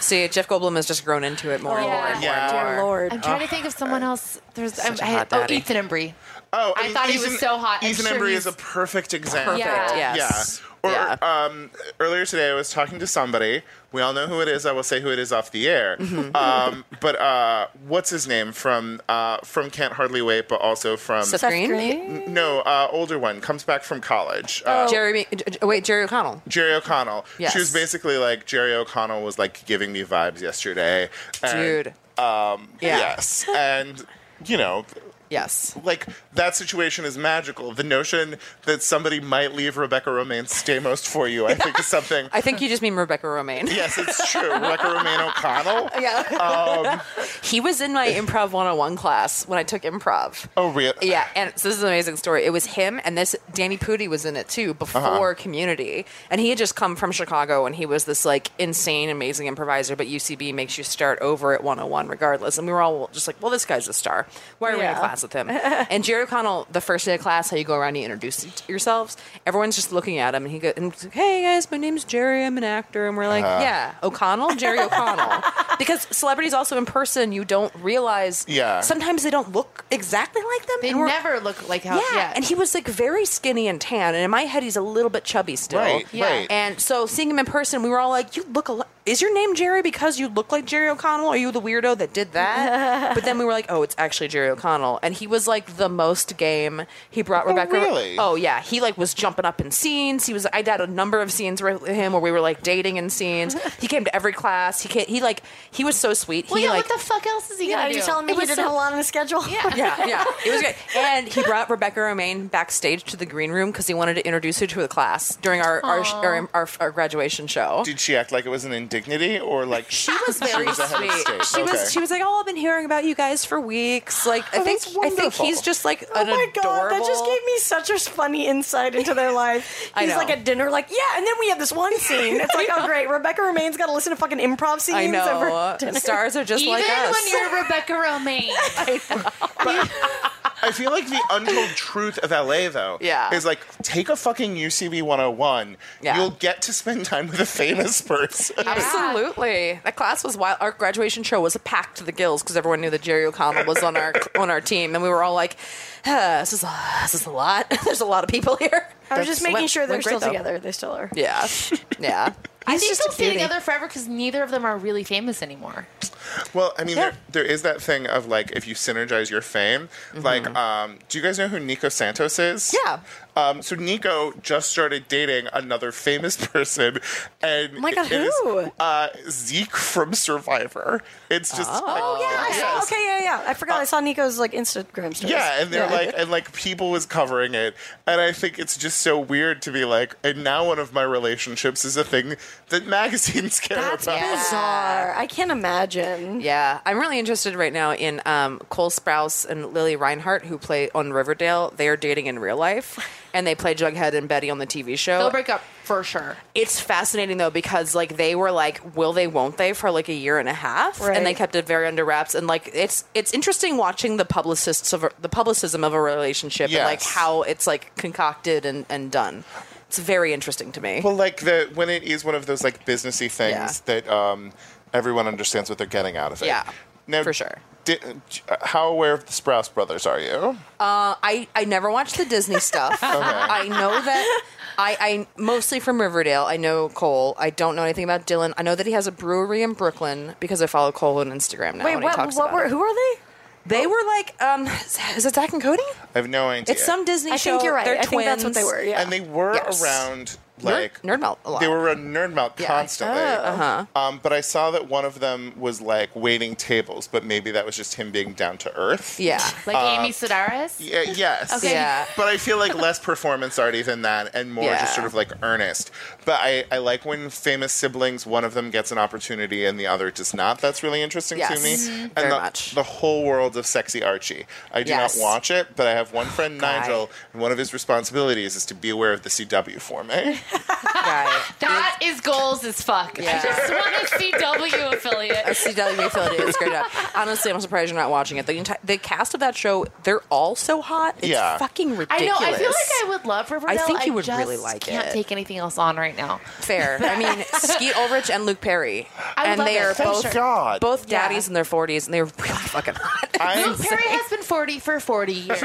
S3: See, Jeff Goldblum has just grown into it more and
S4: Oh,
S3: more and more.
S6: yeah.
S3: and more.
S2: Dear Lord.
S4: I'm trying to think of someone else. There's I'm,
S3: a
S4: I,
S3: hot
S4: oh
S3: daddy.
S4: Ethan Embry.
S6: Oh,
S4: I thought he was so hot. I'm
S6: Ethan
S4: sure
S6: Embry is
S4: he's-
S6: a perfect example.
S3: Perfect.
S4: Yeah.
S3: Yes.
S6: Yeah. Or
S3: Yeah.
S6: um, earlier today, I was talking to somebody. We all know who it is. I will say who it is off the air.
S3: Mm-hmm.
S6: um, but uh, what's his name from uh, from Can't Hardly Wait, but also from
S3: Seth
S2: Seth
S3: Green?
S2: Green?
S6: no uh, older one comes back from college.
S2: Oh.
S6: Uh,
S3: Jeremy, J- J- wait, Jerry O'Connell.
S6: Jerry O'Connell.
S3: Oh. Yes.
S6: She was basically like Jerry O'Connell was like giving me vibes yesterday. And,
S3: Dude.
S6: Um,
S3: Yeah.
S6: Yes. And you know,
S3: Yes.
S6: like that situation is magical. The notion that somebody might leave Rebecca Romaine Stamos for you, I think, is something.
S3: I think you just mean Rebecca Romaine.
S6: yes, it's true. Rebecca Romaine O'Connell.
S3: Yeah. he was in my improv 101 class when I took improv.
S6: Oh, real?
S3: Yeah, and so this is an amazing story. It was him, and this Danny Pudi was in it too before Community, and he had just come from Chicago, and he was this like insane, amazing improviser. But UCB makes you start over at 101 regardless, and we were all just like, "Well, this guy's a star. Why are we in
S2: Yeah.
S3: class with him?" and Jerry O'Connell, the first day of class, how you go around, you introduce yourselves. Everyone's just looking at him, and he goes, and he's like, "Hey guys, my name's Jerry. I'm an actor," and we're like, "Yeah, O'Connell, Jerry O'Connell," because celebrities also in person, you don't realize.
S6: Yeah.
S3: sometimes they don't look exactly like them.
S4: They
S3: and we're-
S4: never look like how.
S3: yeah. and he was like very skinny and tan, and in my head he's a little bit chubby still.
S6: Right,
S4: Yeah.
S6: right.
S3: And so seeing him in person, we were all like, "You look a lot. Is your name Jerry because you look like Jerry O'Connell? Are you the weirdo that did that?" but then we were like, "Oh, it's actually Jerry O'Connell," and he was like the most game. He brought Rebecca.
S6: really?
S3: Oh yeah, he like was jumping up in scenes. He was. I had a number of scenes with him where we were like dating in scenes. he came to every class. He came, he like he was so sweet.
S4: well,
S3: he
S4: yeah,
S3: like
S4: what the fuck else is he
S2: Yeah,
S4: gonna
S2: are you
S4: do?
S2: telling me
S3: It
S2: he
S3: was
S2: didn't
S3: so-
S2: have a lot on his schedule?
S4: Yeah.
S3: yeah, yeah, it was great. And he brought Rebecca Romaine backstage to the green room because he wanted to introduce her to the class during our our, sh- our, our our graduation show.
S6: Did she act like it was an indignity or like
S3: she was very
S6: was ahead
S3: sweet.
S6: of state.
S3: She
S6: Okay.
S3: was she was like, "Oh, I've been hearing about you guys for weeks." Like, I think
S6: that's
S3: I think
S6: wonderful.
S3: he's just like
S2: Oh
S3: an
S2: my god,
S3: adorable.
S2: that just gave me such a funny insight into their life.
S3: I
S2: He's
S3: know.
S2: like at dinner, like, yeah, and then we have this one scene. It's like, oh great, Rebecca Romaine's got to listen to fucking improv scenes.
S3: I
S2: over
S3: know
S2: dinner.
S3: stars are just
S4: Even
S3: like us.
S4: when you're Rebecca Romaine,
S6: I feel like the untold truth of LA, though,
S3: Yeah.
S6: is like take a fucking UCB 101.
S3: Yeah.
S6: You'll get to spend time with a famous person.
S3: Absolutely, that class was wild. Our graduation show was packed to the gills because everyone knew that Jerry O'Connell was on our on our team, and we were all like, "Huh, "This is a, this is a lot. There's a lot of people here."
S2: I was just making
S3: went-
S2: sure they're
S3: went great,
S2: still
S3: though.
S2: together. They still are.
S3: Yeah, yeah.
S4: I think
S3: just
S4: they'll
S3: a
S4: stay
S3: cutie.
S4: together forever because neither of them are really famous anymore.
S6: Well, I mean,
S3: Yeah.
S6: there, there is that thing of like if you synergize your fame.
S2: Mm-hmm.
S6: Like, um, do you guys know who Nico Santos is?
S3: Yeah.
S6: Um, so Nico just started dating another famous person, and
S2: Oh my God,
S6: it is,
S2: who?
S6: uh, Zeke from Survivor. It's just
S2: Oh yeah, I saw, okay, yeah, yeah. I forgot. I saw Nico's like Instagram stories.
S6: Yeah, and they're like, and like people was covering it, and I think it's just so weird to be like, and now one of my relationships is a thing that magazines care
S2: that's
S6: about.
S2: bizarre. I can't imagine.
S3: Yeah, I'm really interested right now in um, Cole Sprouse and Lily Reinhart, who play on Riverdale. They are dating in real life, and they play Jughead and Betty on the TV show.
S4: They'll break up for sure.
S3: it's fascinating though because like they were like will they won't they for like a year and a half
S2: Right.
S3: and they kept it very under wraps and like it's it's interesting watching the publicists of a- the publicism of a relationship and like
S6: Yes.
S3: how it's like concocted and and done it's very interesting to me
S6: Well, like the when it is one of those like businessy things that um, everyone understands what they're getting out of it.
S3: Yeah,
S6: Now,
S3: for sure.
S6: di- uh, how aware of the Sprouse brothers are you?
S3: I, I never watched the Disney stuff. I know that I, I mostly from Riverdale. I know Cole. I don't know anything about Dylan. I know that he has a brewery in Brooklyn because I follow Cole on Instagram now.
S2: Wait,
S3: and he
S2: what?
S3: talks
S2: What
S3: about
S2: were?
S3: it.
S2: Who are they?
S3: They were like, um, is it Zach and Cody?
S6: I have no idea.
S3: It's some Disney
S2: I
S3: show.
S2: think you're right.
S3: They're
S2: I think that's what they
S3: twins.
S2: were. Yeah.
S6: and they were
S3: Yes.
S6: around like
S3: Nerd- Nerd Melt a lot.
S6: They were around Nerd Melt
S3: Yeah.
S6: constantly.
S3: Oh, uh-huh.
S6: um, but I saw that one of them was like waiting tables, but maybe that was just him being down to earth.
S3: Yeah.
S4: Like Amy Sedaris.
S6: Uh, Yeah, yes.
S4: Okay.
S3: Yeah.
S6: But I feel like less performance arty than that and more
S3: Yeah.
S6: just sort of like earnest. But I, I like when famous siblings, one of them gets an opportunity and the other does not. That's really interesting
S3: Yes.
S6: to me.
S3: Mhm.
S6: And
S3: Very
S6: the,
S3: much.
S6: the whole world of Sexy Archie. I do
S3: Yes.
S6: not watch it, but I have one friend,
S3: Guy.
S6: Nigel, and one of his responsibilities is to be aware of the CW for me.
S3: Right.
S4: That is goals as fuck.
S3: Yeah.
S4: I just want a CW affiliate.
S3: CW Philadelphia is great. Up. Honestly, I'm surprised you're not watching it. The entire the cast of that show, they're all so hot. It's
S6: Yeah.
S3: fucking ridiculous.
S4: I know. I feel like I would love Riverdale.
S3: I think you would really
S4: just
S3: like
S4: can't
S3: it.
S4: take anything else on right now.
S3: Fair. I mean, Skeet Ulrich and Luke Perry,
S4: I
S3: and
S4: love
S3: they
S4: it.
S3: are
S4: Thank
S3: both
S6: God.
S3: both
S4: Yeah.
S3: daddies in their 40s, and they're really fucking hot.
S6: I'm,
S4: Luke Perry has been 40 for 40 years.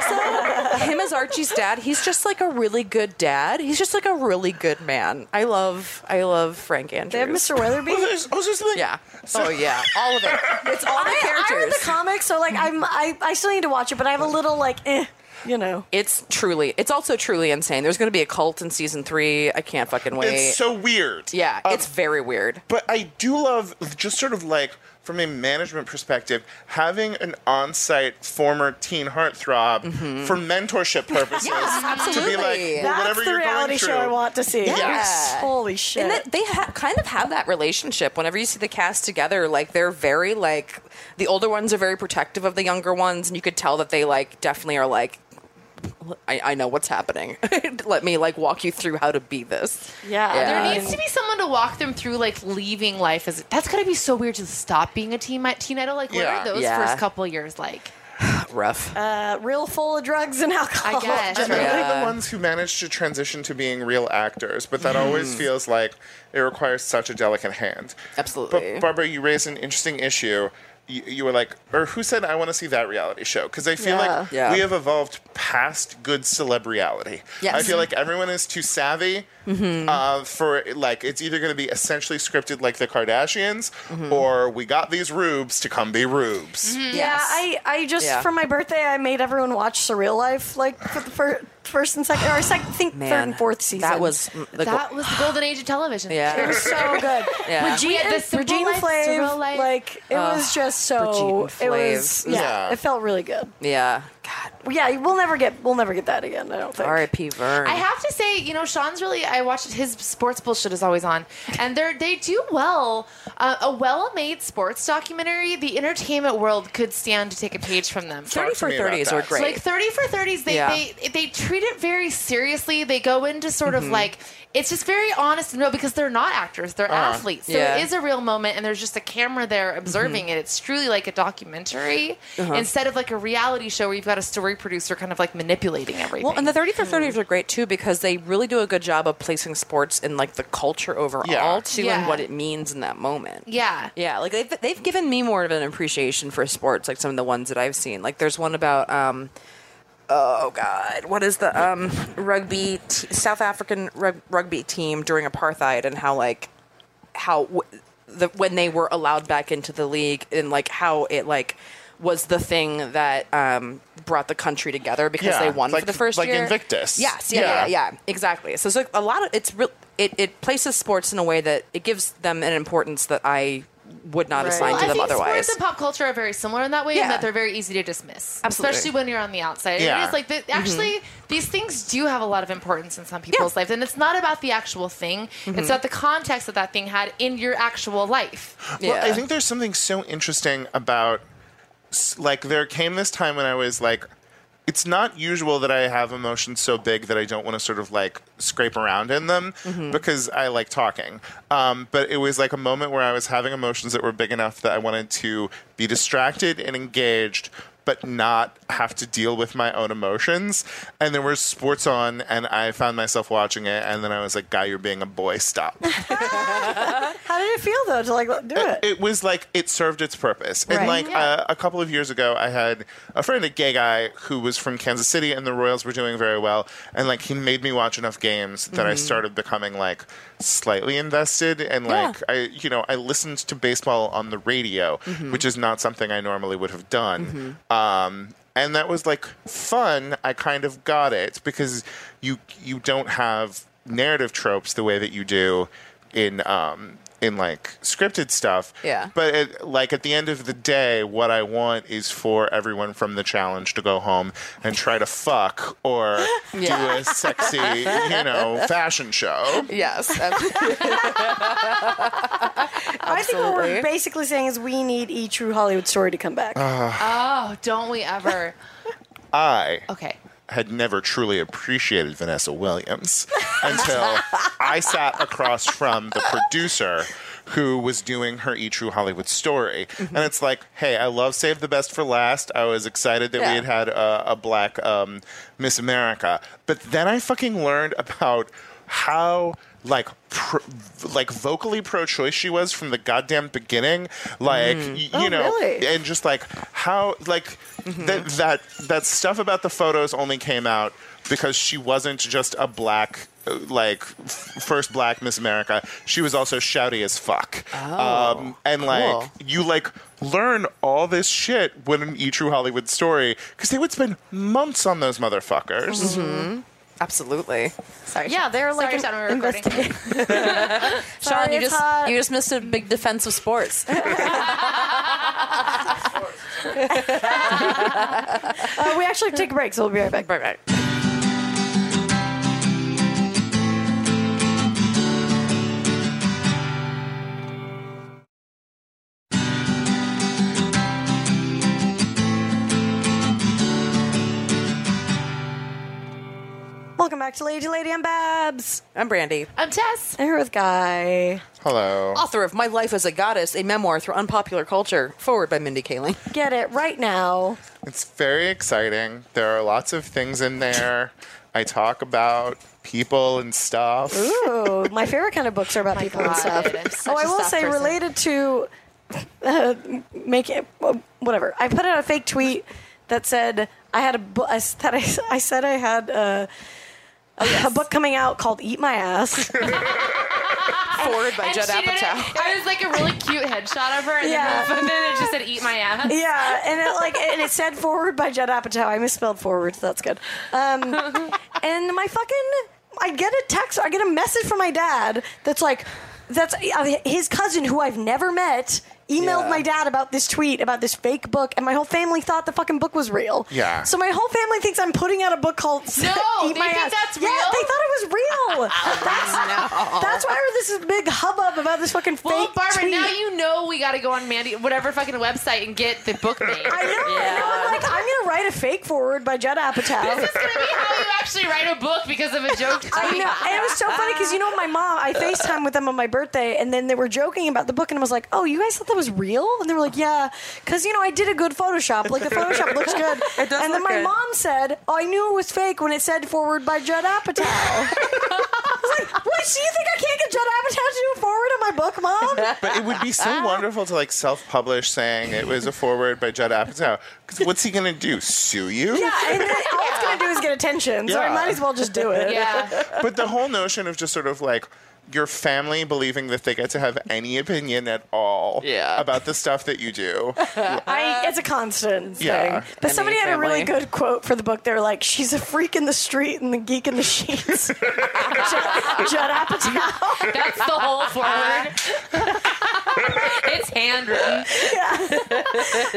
S3: also, him as Archie's dad, he's just like a really good dad. He's just like a really good man. I love, I love Frank Andrews.
S2: They have Mr.
S6: oh,
S2: Weatherby.
S6: there's, oh, there's something.
S3: Yeah. oh yeah. All of it. It's all the
S2: I, I read
S3: characters.
S2: the comics, so like I'm I, I still need to watch it, but I have a little like eh, you know.
S3: it's truly. It's also truly insane. There's going to be a cult in season three. I can't fucking wait.
S6: It's so weird.
S3: yeah,
S6: Um,
S3: it's very weird.
S6: But I do love just sort of like from a management perspective, having an on-site former teen heartthrob for mentorship purposes to be like,
S3: absolutely.
S6: well,
S2: That's
S6: whatever
S2: the
S6: you're
S2: reality
S6: going through.
S2: show I want to see.
S3: Yes.
S2: Holy shit.
S3: And that they ha- kind of have that relationship. Whenever you see the cast together, like they're very like the older ones are very protective of the younger ones, and you could tell that they like definitely are like. I, I know what's happening. Let me like walk you through how to be this.
S2: yeah.
S3: Yeah.
S4: There
S3: Um,
S4: needs to be someone to walk them through like leaving life as that's gotta be so weird to stop being a teen teen idol. Like what
S6: Yeah.
S4: are those
S3: Yeah.
S4: first couple years like?
S3: Rough.
S2: uh, real full of drugs and alcohol.
S4: I guess.
S6: And I
S3: Yeah. Hmm.
S6: like the ones who manage to transition to being real actors, but that always feels like it requires such a delicate hand.
S3: Absolutely.
S6: But Barbara, you raised an interesting issue. You, you were like, or who said I want to see that reality show? Because I feel like
S3: Yeah. Yeah.
S6: we have evolved past good celebriality.
S3: Yes. Mm-hmm.
S6: I feel like everyone is too savvy uh, for like it's either going to be essentially scripted like the Kardashians,
S3: Mm-hmm.
S6: or we got these rubes to come be rubes.
S2: Yeah, I, I just
S3: Yeah.
S2: for my birthday I made everyone watch Surreal Life like for the fir- first and second or second, I think third and fourth season.
S3: That was mm, the
S4: That was the golden age of television.
S3: Yeah.
S2: it was so good.
S3: Yeah.
S2: Regina,
S4: We had the Simple
S2: Regina
S4: Life,
S2: Flav,
S4: Surreal Life.
S2: like it was just so.
S3: Regina
S2: It
S3: Flav.
S2: was yeah,
S6: Yeah.
S2: It felt really good.
S3: yeah. God,
S2: Yeah, we'll never get we'll never get that again. I don't think.
S3: R.I.P. Vern.
S4: I have to say, you know, Sean's really. I watched his sports bullshit is always on, and they they do well. Uh, a well-made sports documentary. The entertainment world could stand to take a page from them.
S6: Talk
S3: Thirty
S6: to
S3: for
S6: me about
S3: thirties are
S6: that.
S3: great.
S4: Like thirty for thirties, they,
S3: Yeah.
S4: they they treat it very seriously. They go into sort of like it's just very honest and real because they're not actors, they're athletes. So
S3: Yeah.
S4: it is a real moment, and there's just a camera there observing it. It's truly like a documentary instead of like a reality show where you've got a story producer kind of like manipulating everything.
S3: Well, and the 30 for 30s are great too because they really do a good job of placing sports in like the culture overall
S6: Yeah.
S3: too and
S4: Yeah.
S3: what it means in that moment.
S4: yeah,
S3: Yeah, like they've, they've given me more of an appreciation for sports, like some of the ones that I've seen. Like there's one about, um, oh god, what is the um, rugby t- South African rug- rugby team during apartheid and how like how w- the when they were allowed back into the league and like how it like was the thing that um, brought the country together because
S6: Yeah,
S3: they won
S6: like-
S3: for the first
S6: like
S3: year.
S6: Invictus.
S3: Yes, yeah,
S6: Yeah.
S3: yeah, yeah, exactly. So it's like a lot of it's real. It, it places sports in a way that it gives them an importance that I would not
S2: Right.
S3: assign
S2: Well,
S3: to
S4: I
S3: them
S4: think
S3: otherwise.
S4: sports and pop culture are very similar in that way,
S3: Yeah.
S4: and that they're very easy to dismiss,
S3: Absolutely.
S4: especially when you're on the outside.
S6: Yeah.
S4: It is like the, actually these things do have a lot of importance in some people's lives, and it's not about the actual thing; it's about the context that that thing had in your actual life.
S3: yeah.
S6: Well, I think there's something so interesting about s- like there came this time when I was like it's not usual that I have emotions so big that I don't want to sort of like scrape around in them because I like talking. Um, but it was like a moment where I was having emotions that were big enough that I wanted to be distracted and engaged, but not have to deal with my own emotions. And there were sports on, and I found myself watching it. And then I was like, Guy, you're being a boy, stop.
S2: How did it feel though to like do it?
S6: It was like it served its purpose. And
S2: Right.
S6: like
S4: Yeah.
S6: uh, a couple of years ago, I had a friend, a gay guy, who was from Kansas City, and the Royals were doing very well. And like he made me watch enough games that I
S2: Mm-hmm.
S6: started becoming like slightly invested. And like I, you know, I listened to baseball on the radio,
S2: Mm-hmm.
S6: which is not something I normally would have done. Um, and that was like fun. I kind of got it because you you don't have narrative tropes the way that you do in um in like scripted stuff.
S3: Yeah.
S6: But it, like at the end of the day, what I want is for everyone from the challenge to go home and try to fuck or do a sexy, you know, fashion show.
S3: yes, absolutely.
S2: I think what
S3: absolutely.
S2: we're basically saying is we need E True Hollywood Story to come back.
S4: Oh, don't we ever?
S6: I
S4: Okay.
S6: had never truly appreciated Vanessa Williams until I sat across from the producer who was doing her E True Hollywood story. And it's like, hey, I love Save the Best for Last. I was excited that
S3: Yeah.
S6: we had had a, a black um, Miss America. But then I fucking learned about how. Like, pro, like vocally pro-choice she was from the goddamn beginning. Like, y- you
S2: Oh,
S6: know,
S2: really?
S6: and just like how like that that that stuff about the photos only came out because she wasn't just a black uh, like f- first black Miss America. She was also shouty as fuck. um, and like
S3: cool.
S6: you like learn all this shit when an E True Hollywood story because they would spend months on those motherfuckers.
S3: absolutely.
S2: Sorry.
S4: Yeah, they're like Sorry, Sean, we're recording.
S3: Sean, you
S2: it's
S3: just
S2: hot.
S3: you just missed a big defense of sports.
S2: Uh, we actually have to take a break, so we'll be right back.
S3: right, right.
S2: Welcome back to Lady Lady. I'm Babs.
S3: I'm Brandy,
S4: I'm Tess.
S2: I'm here with Guy.
S6: Hello.
S3: author of My Life as a Goddess, a memoir through unpopular culture, forward by Mindy Kaling.
S2: Get it right now.
S6: It's very exciting. There are lots of things in there. I talk about people and stuff.
S2: Ooh, my favorite kind of books are about people and
S4: God,
S2: stuff.
S4: I'm such
S2: Oh, I
S4: a
S2: will
S4: soft
S2: say,
S4: person.
S2: related to uh, making whatever, I put out a fake tweet that said I had a book. I, said I- I said I had a, a,
S4: Oh,
S2: a book coming out called "Eat My Ass."
S3: Forward by Judd
S4: she did it-
S3: Apatow.
S4: It was like a really cute headshot of her, and
S2: Yeah.
S4: then, but then it just said "eat my ass."
S2: yeah, and it like and it said "Forward" by Judd Apatow. I misspelled "forward," so that's good. Um, and my fucking, I get a text. I get a message from my dad that's like, that's uh, his cousin who I've never met. Emailed
S3: Yeah.
S2: my dad about this tweet about this fake book, and my whole family thought the fucking book was real.
S6: Yeah.
S2: So my whole family thinks I'm putting out a book called
S4: No,
S2: Eat
S4: they
S2: My
S4: think
S2: Ass.
S4: that's
S2: yeah,
S4: real? Oh,
S2: they thought it was real. that's, that's why this is big hubbub about this fucking
S4: Well,
S2: fake
S4: Barbara,
S2: tweet.
S4: now you know we got to go on Mandy, whatever fucking website, and get the book name.
S2: I know. I know. I'm like, I'm gonna write a fake forward by Judd
S4: This
S2: Apatow.
S4: is gonna be how you actually write a book because of a joke.
S2: I know. And it was so funny because you know my mom. I Facetime with them on my birthday, and then they were joking about the book, and I was like, "Oh, you guys thought that was real?" And they were like, "Yeah," because you know I did a good Photoshop. Like the Photoshop looks good.
S3: It does
S2: and then
S3: look
S2: my
S3: good.
S2: mom said, "Oh, I knew it was fake when it said forward by Judd Apatow." I was like, "What? So you think I can't get Judd Apatow to do a forward on my book, mom?"
S6: But it would be so wonderful to like self-publish saying it was a forward by Judd Apatow. Because what's he gonna do? Sue you?
S2: Yeah, and then all it's gonna do is get attention, so I
S6: Yeah.
S2: might as well just do it.
S4: Yeah.
S6: But the whole notion of just sort of like your family believing that they get to have any opinion at all
S3: Yeah.
S6: about the stuff that you do.
S2: I, it's a constant
S6: Yeah.
S2: thing. But
S3: Any
S2: somebody had a really
S3: family.
S2: good quote for the book. They were like, "She's a freak in the street and the geek in the sheets." Judd, Judd Apatow.
S4: That's the whole forward. it's handwritten.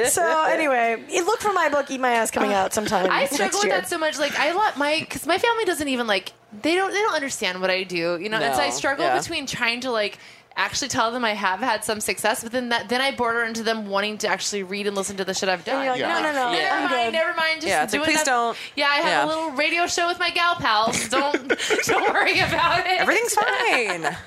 S2: So anyway, you look for my book, "Eat My Ass," coming out sometime.
S4: I struggle
S2: next
S4: with
S2: year.
S4: that so much. Like I let my because my family doesn't even like they don't they don't understand what I do. You know, and so I
S3: No,
S4: struggle
S3: yeah.
S4: between trying to like actually tell them I have had some success, but then that then I border into them wanting to actually read and listen to the shit I've done.
S2: And you're like,
S6: Yeah.
S2: no, no, no,
S4: Never
S2: I'm
S4: mind,
S2: good.
S4: never mind. Just
S3: Yeah, it's like,
S4: doing
S3: please
S4: that-
S3: don't-
S4: Yeah, I have
S3: yeah.
S4: a little radio show with my gal pals. Don't don't worry about it.
S3: Everything's fine.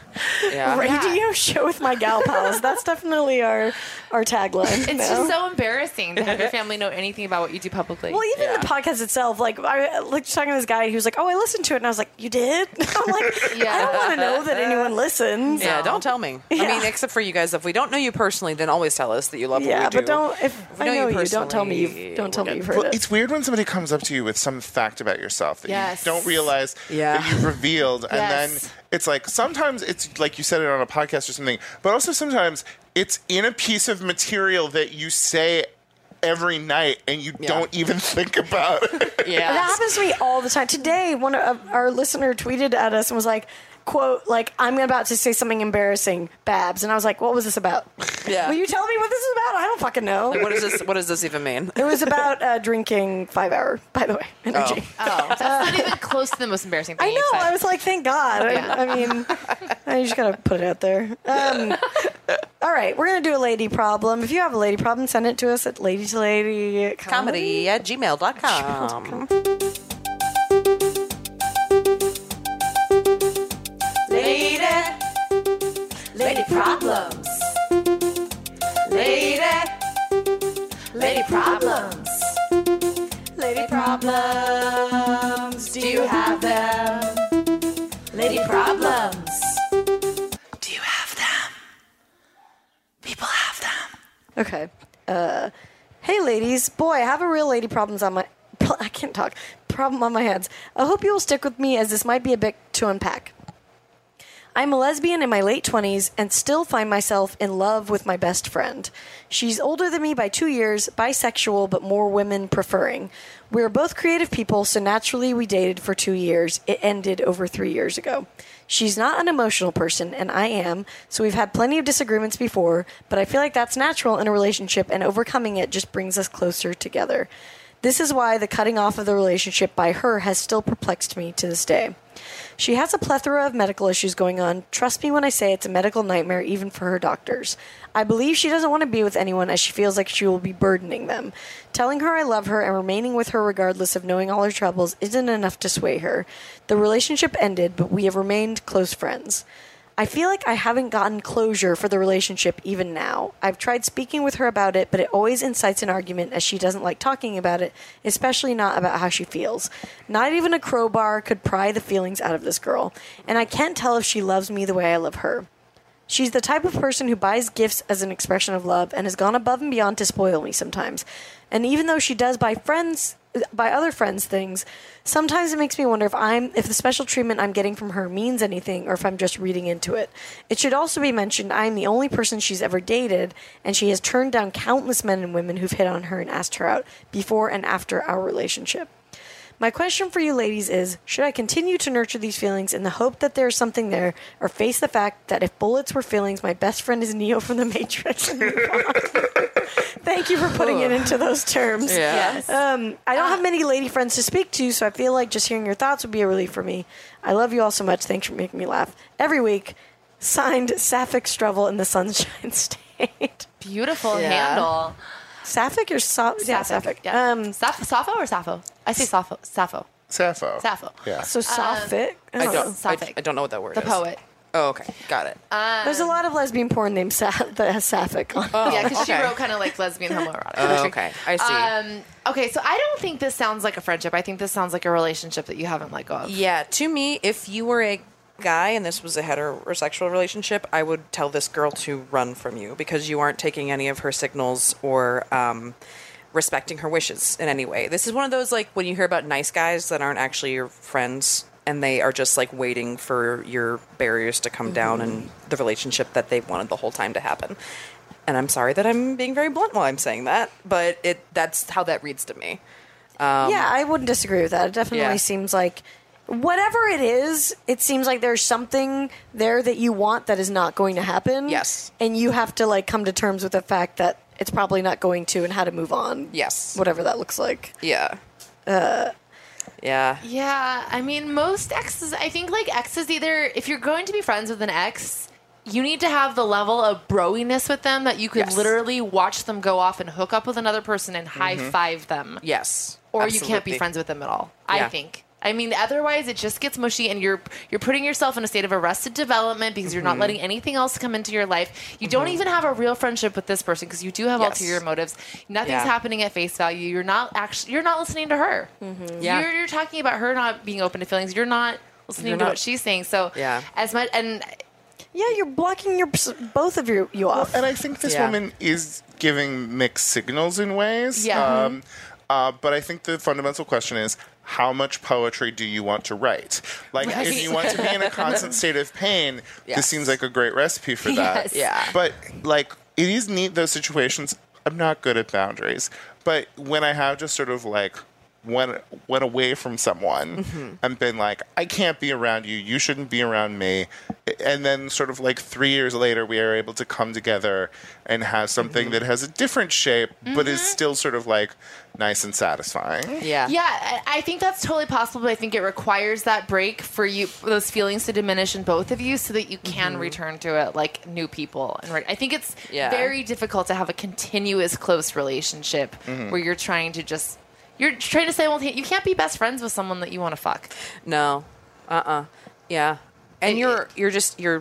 S3: yeah.
S2: Radio show with my gal pals. That's definitely our our tagline.
S4: It's
S2: now.
S4: just so embarrassing to have your family know anything about what you do publicly.
S2: Well, even the
S3: Yeah.
S2: podcast itself, like I like talking to this guy, he was like, "Oh, I listened to it," and I was like, "You did?" I'm like,
S4: Yeah.
S2: "I don't want to know that anyone listens."
S3: Yeah,
S4: No.
S3: don't tell me.
S2: Yeah.
S3: I mean, except for you guys, if we don't know you personally, then always tell us that you love
S2: Yeah,
S3: what we do.
S2: but don't if,
S3: If we
S2: I
S3: know
S2: know
S3: you
S2: you, don't tell me
S3: personally,
S2: you've don't tell
S3: we're
S2: me you've
S3: good.
S2: heard
S6: Well,
S2: it.
S6: it's weird when somebody comes up to you with some fact about yourself that
S4: Yes.
S6: you don't realize
S3: Yeah.
S6: that you've revealed, and
S4: Yes.
S6: then it's like sometimes it's like you said it on a podcast or something, but also sometimes it's in a piece of material that you say every night and you
S3: Yeah.
S6: don't even think about.
S3: Yeah.
S2: That happens to me all the time. Today, one of our listener tweeted at us and was like, "Quote like I'm about to say something embarrassing, Babs," and I was like, "What was this about?
S3: Yeah.
S2: Will you tell me what this is about? I don't fucking know."
S3: What does this? What does this even mean?
S2: It was about uh, drinking five hour, by the way, energy.
S4: oh, that's not even close to the most embarrassing
S3: Oh,
S4: thing.
S2: I know.
S4: you've
S2: I
S4: said.
S2: was like, thank God. I-
S4: Yeah.
S2: I, mean, I just gotta put it out there. Um, all right, we're gonna do a lady problem. If you have a lady problem, send it to us at lady to lady
S3: Comedy at gmail.com.
S2: Lady, lady problems. Lady, lady problems. Lady problems. Do you have them? Lady problems.
S3: Do you have them? People have them.
S2: Okay. Uh, hey, ladies. Boy, I have a real lady problems on my. I can't talk. Problem on my hands. I hope you'll stick with me as this might be a bit to unpack. I'm a lesbian in my late 20s and still find myself in love with my best friend. She's older than me by two years, bisexual, but more women preferring. We are both creative people, so naturally we dated for two years. It ended over three years ago. She's not an emotional person, and I am, so we've had plenty of disagreements before, but I feel like that's natural in a relationship, and overcoming it just brings us closer together. This is why the cutting off of the relationship by her has still perplexed me to this day. She has a plethora of medical issues going on. Trust me when I say it's a medical nightmare, even for her doctors. I believe she doesn't want to be with anyone as she feels like she will be burdening them. Telling her I love her and remaining with her regardless of knowing all her troubles isn't enough to sway her. The relationship ended, but we have remained close friends. I feel like I haven't gotten closure for the relationship even now. I've tried speaking with her about it, but it always incites an argument as she doesn't like talking about it, especially not about how she feels. Not even a crowbar could pry the feelings out of this girl, and I can't tell if she loves me the way I love her. She's the type of person who buys gifts as an expression of love and has gone above and beyond to spoil me sometimes. And even though she does buy friends buy other friends things, sometimes it makes me wonder if I'm if the special treatment I'm getting from her means anything or if I'm just reading into it. It should also be mentioned I am the only person she's ever dated and she has turned down countless men and women who've hit on her and asked her out before and after our relationship. My question for you ladies is Should I continue to nurture these feelings in the hope that there is something there, or face the fact that if bullets were feelings, my best friend is Neo from the Matrix? and move on? Thank you for putting it into those terms.
S3: Yeah.
S4: Yes.
S2: Um, I don't have many lady friends to speak to, so I feel like just hearing your thoughts would be a relief for me. I love you all so much. Thanks for making me laugh every week. Signed, Sapphic Strevel in the Sunshine State.
S4: beautiful
S3: Yeah.
S4: handle.
S2: Sapphic or so- yeah, Sapphic?
S4: Yeah.
S2: Um,
S4: Saf- Sappho or Sappho? I say Sappho. Sappho.
S6: Sappho.
S4: Sappho.
S6: Yeah.
S2: so Sapphic.
S3: I
S2: Oh.
S3: don't. I,
S4: Sapphic.
S3: I don't know what that word
S4: The
S3: is.
S4: poet.
S3: Oh, okay, got it.
S2: There's
S3: Um,
S2: a lot of lesbian porn named Sa- that has sapphic on. it.
S3: oh,
S4: yeah, because she
S3: okay.
S4: wrote kind of like lesbian homoerotic.
S3: Oh, okay, I see.
S4: Um, okay, so I don't think this sounds like a friendship. I think this sounds like a relationship that you haven't let go of.
S3: Yeah, to me, if you were a guy and this was a heterosexual relationship, I would tell this girl to run from you because you aren't taking any of her signals or um, respecting her wishes in any way. This is one of those like when you hear about nice guys that aren't actually your friends and they are just like waiting for your barriers to come down and the relationship that they've wanted the whole time to happen. And I'm sorry that I'm being very blunt while I'm saying that, but it that's how that reads to me.
S2: yeah, I wouldn't disagree with that. It definitely
S3: Yeah.
S2: seems like whatever it is, it seems like there's something there that you want that is not going to happen.
S3: Yes.
S2: And you have to like come to terms with the fact that it's probably not going to and how to move on.
S3: Yes.
S2: Whatever that looks like.
S3: Yeah. Uh, yeah.
S4: Yeah, I mean, most exes, I think like exes either, if you're going to be friends with an ex, you need to have the level of broiness with them that you could
S3: Yes.
S4: literally watch them go off and hook up with another person and high five them.
S3: Yes.
S4: Or you can't be
S3: Absolutely.
S4: friends with them at all,
S3: Yeah.
S4: I think. I mean, otherwise it just gets mushy, and you're you're putting yourself in a state of arrested development because
S3: Mm-hmm.
S4: you're not letting anything else come into your life. You don't even have a real friendship with this person because you do have
S3: Yes.
S4: ulterior motives. Nothing's
S3: Yeah.
S4: happening at face value. You're not actually you're not listening to her.
S3: Mm-hmm. Yeah.
S4: You're, you're talking about her not being open to feelings. You're not listening
S3: You're
S4: to
S3: not-
S4: what she's saying. So
S3: Yeah.
S4: as much and
S2: Yeah, you're blocking your both of you, you off.
S6: And I think this
S3: Yeah.
S6: woman is giving mixed signals in ways.
S4: Yeah. Mm-hmm.
S6: Um, uh, but I think the fundamental question is how much poetry do you want to write? Like,
S4: Right.
S6: if you want to be in a constant state of pain,
S3: Yes.
S6: this seems like a great recipe for that.
S4: Yes. Yeah.
S6: But, like, it is neat, those situations. I'm not good at boundaries. But when I have just sort of like, went, went away from someone and been like, I can't be around you. You shouldn't be around me. And then, sort of like three years later, we are able to come together and have something that has a different shape, but is still sort of like nice and satisfying.
S3: Yeah.
S4: Yeah, I- I think that's totally possible, but I think it requires that break for you, for those feelings to diminish in both of you, so that you can return to it like new people. And re- I think it's
S3: Mm-hmm. Yeah.
S4: very difficult to have a continuous close relationship
S3: Mm-hmm.
S4: where you're trying to just you're trying to say, well, you can't be best friends with someone that you want to fuck.
S3: No. Uh. uh Yeah. And you're you're just you're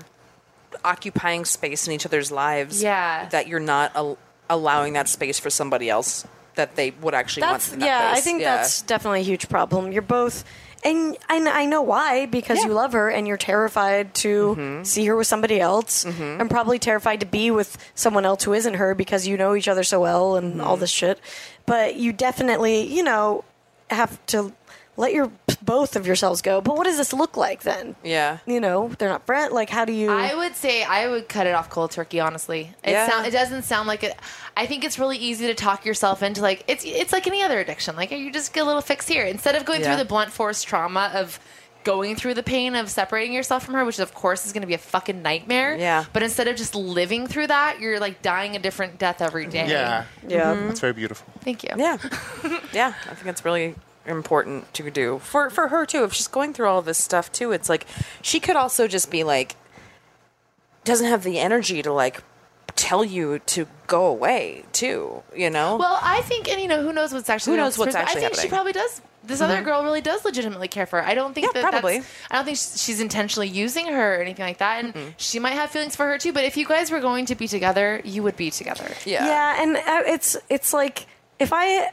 S3: occupying space in each other's lives.
S4: Yeah.
S3: That you're not al- allowing that space for somebody else that they would actually
S2: that's
S3: want. in that
S2: yeah. I
S3: place.
S2: think
S3: Yeah.
S2: that's definitely a huge problem. You're both, and and I know why because
S3: Yeah. Mm-hmm.
S2: you love her and you're terrified to see her with somebody else, and probably terrified to be with someone else who isn't her because you know each other so well and
S3: Mm-hmm.
S2: all this shit. But you definitely, you know, have to let your both of yourselves go. But what does this look like then?
S3: Yeah.
S2: You know, they're not friends. Like, how do you?
S4: I would say I would cut it off cold turkey. Honestly, it
S3: Yeah.
S4: sound, it doesn't sound like it. I think it's really easy to talk yourself into like it's it's like any other addiction. Like you just get a little fix here instead of going
S3: Yeah.
S4: through the blunt force trauma of going through the pain of separating yourself from her, which of course is going to be a fucking nightmare.
S3: Yeah.
S4: But instead of just living through that, you're like dying a different death every day.
S6: Yeah. Mm-hmm.
S2: yeah.
S6: That's very beautiful.
S4: Thank you.
S3: Yeah. yeah. I think it's really important to do for for her too. If she's going through all this stuff too, it's like she could also just be like doesn't have the energy to like tell you to go away too, you know?
S4: Well, I think, and you know, who knows what's actually
S3: Who knows what's
S4: I
S3: actually
S4: think
S3: happening.
S4: she
S3: Mm-hmm.
S4: probably does. This other girl really does legitimately care for her. I don't think
S3: Yeah,
S4: that
S3: probably.
S4: That's, I don't think sh- she's intentionally using her or anything like that.
S3: Mm-hmm.
S4: And she might have feelings for her too. But if you guys were going to be together, you would be together.
S3: yeah.
S2: Yeah, and uh, it's it's like if I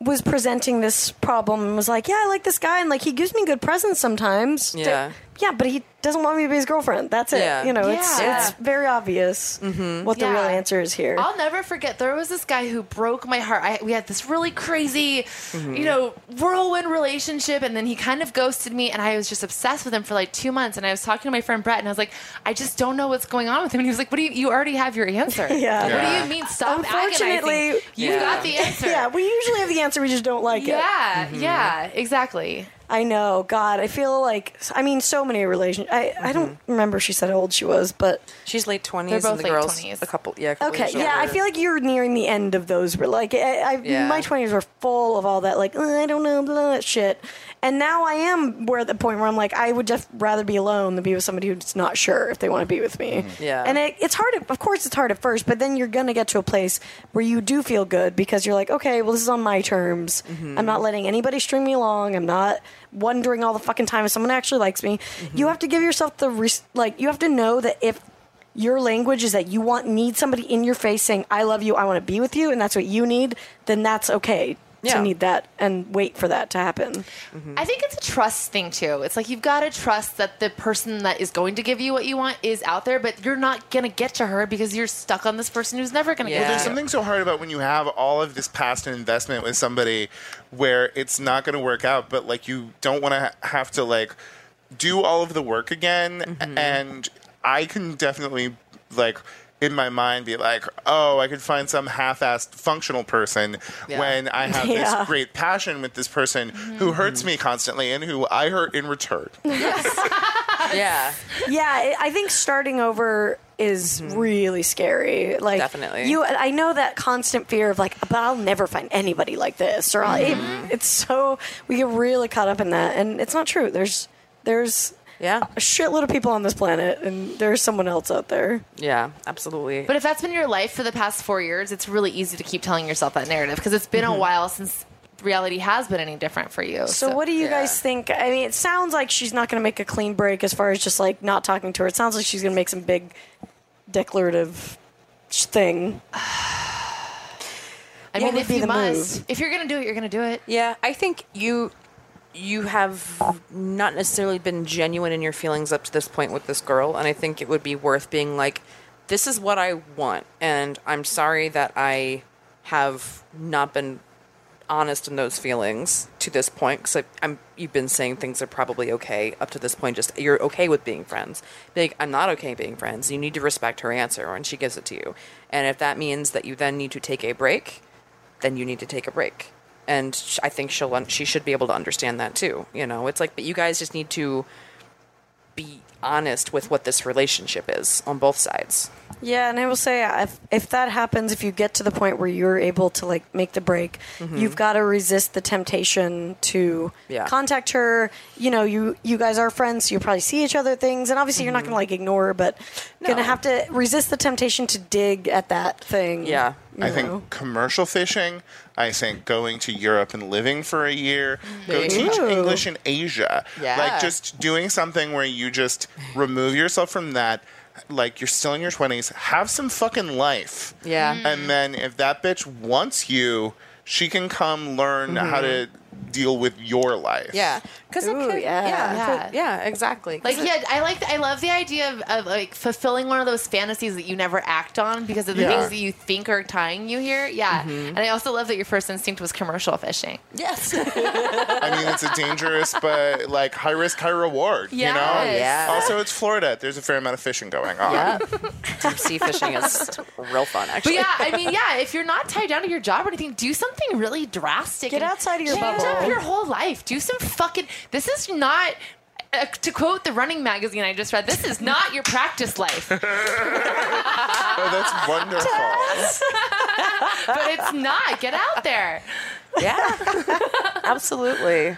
S2: was presenting this problem and was like, "Yeah, I like this guy, and like he gives me good presents sometimes." D-
S3: Yeah.
S2: yeah, but he doesn't want me to be his girlfriend. That's it.
S3: Yeah. Mm-hmm.
S2: You know, it's
S4: Yeah.
S2: it's very obvious what the
S4: Yeah.
S2: real answer is here.
S4: I'll never forget. There was this guy who broke my heart. I, we had this really crazy,
S3: Mm-hmm.
S4: you know, whirlwind relationship, and then he kind of ghosted me, and I was just obsessed with him for like two months. And I was talking to my friend Brett, and I was like, I just don't know what's going on with him. And he was like, What do you? You already have your answer.
S2: Yeah.
S4: What do
S6: Yeah.
S4: you mean? Stop.
S2: Unfortunately-
S4: agonizing.
S3: Yeah.
S4: you
S3: Mm-hmm.
S4: got the answer.
S2: yeah, we usually have the answer. We just don't like it.
S4: Yeah, yeah, exactly.
S2: I know. God, I feel like I mean, so many relations. I I don't
S3: Mm-hmm.
S2: remember. If she said how old she was, but
S3: She's late 20s
S4: They're both
S3: and the
S4: late
S3: girls
S4: 20s.
S3: a couple yeah, a couple
S2: Okay,
S3: years
S2: yeah, I
S3: older.
S2: feel like you're nearing the end of those. re- Like, I, I,
S3: Yeah.
S2: my twenties were full of all that, like, "Uh, I don't know, blah, blah, shit. And now I am where at the point where I'm like, I would just rather be alone than be with somebody who's not sure if they want to be with me.
S3: Mm-hmm. Yeah.
S2: and it, it's hard. At, of course, it's hard at first, but then you're gonna get to a place where you do feel good because you're like, okay, well, this is on my terms. I'm not letting anybody string me along. I'm not wondering all the fucking time if someone actually likes me. You have to give yourself the res- like. You have to know that if your language is that you want need somebody in your face saying i love you i want to be with you and that's what you need then that's okay
S3: Yeah.
S2: to need that and wait for that to happen
S3: Mm-hmm.
S4: I think it's a trust thing too. It's like you've got to trust that the person that is going to give you what you want is out there, but you're not gonna get to her because you're stuck on this person who's never gonna
S3: Well,
S4: get
S6: There's
S4: to you.
S6: something so hard about when you have all of this past investment with somebody where it's not going to work out, but like you don't want to ha- have to like do all of the work again and i can definitely like in my mind be like oh i could find some half-assed functional person
S3: Yeah.
S6: when i have
S2: Yeah.
S6: this great passion with this person who hurts me constantly and who i hurt in return
S3: yeah.
S2: yeah, I- I think starting over is really scary. Like
S3: Mm-hmm. Definitely.
S2: you. I know that constant fear of like, but I'll never find anybody like this, or I'll,
S3: Mm-hmm.
S2: it, it's so we get really caught up in that, and it's not true. There's there's
S3: Yeah.
S2: a shitload of people on this planet, and there's someone else out there.
S3: Yeah. Absolutely.
S4: But if that's been your life for the past four years, it's really easy to keep telling yourself that narrative because it's been a while since reality has been any different for you.
S2: Mm-hmm. So, what do you
S3: yeah.
S2: guys think? I mean, it sounds like she's not going to make a clean break as far as just like not talking to her. It sounds like she's going to make some big declarative sh- thing.
S4: I
S2: What
S4: mean,
S2: would
S4: if
S2: be
S4: you
S2: the
S4: must,
S2: move?
S4: if you're gonna do it, you're gonna do it.
S3: Yeah, I think you you have not necessarily been genuine in your feelings up to this point with this girl, and I think it would be worth being like, this is what I want, and I'm sorry that I have not been honest in those feelings to this point because I'm you've been saying things are probably okay up to this point. Just you're okay with being friends. Be like I'm not okay being friends. You need to respect her answer when she gives it to you, and if that means that you then need to take a break, then you need to take a break. And sh- I think she'll un- she should be able to understand that too. You know, it's like but you guys just need to be honest with what this relationship is on both sides.
S2: Yeah, and I will say if, if that happens, if you get to the point where you're able to like make the break, you've got to resist the temptation to
S3: Mm-hmm. Yeah.
S2: contact her. You know, you you guys are friends, so you probably see each other things, and obviously you're not going to like ignore, her, but going to
S3: Mm-hmm. No.
S2: have to resist the temptation to dig at that thing.
S3: Yeah.
S2: you
S6: I
S2: know?
S6: think commercial fishing. I think going to Europe and living for a year. Go teach
S2: Ooh.
S6: English in Asia.
S3: Yeah.
S6: Like just doing something where you just remove yourself from that. Like you're still in your 20s. Have some fucking life.
S3: Yeah. Uh,
S6: And then if that bitch wants you, she can come learn how to deal with your life.
S3: Mm-hmm. Yeah, because
S2: Ooh, yeah.
S4: Yeah.
S3: yeah, could- yeah, exactly. 'Cause
S4: Like,
S3: it-
S4: yeah, I like, I love the idea of, of like fulfilling one of those fantasies that you never act on because of the
S6: Yeah.
S4: things that you think are tying you here. Yeah,
S2: Mm-hmm.
S4: and I also love that your first instinct was commercial fishing.
S3: yes,
S6: I mean, it's a dangerous but like high risk, high reward. You know.
S4: Yes.
S3: Yeah.
S6: Also, it's Florida. There's a fair amount of fishing going on.
S3: yeah. Deep sea fishing is real fun,
S4: But
S3: actually.
S4: yeah, I mean, yeah, if you're not tied down to your job or anything, do something really drastic.
S2: Get
S4: and
S2: outside of your
S4: change
S2: bubble.
S4: up your whole life. Do some fucking. This is not. Uh, to quote the running magazine I just read, this is not your practice life, but
S6: Oh, that's wonderful.
S4: it's not. Get out there.
S3: yeah, absolutely,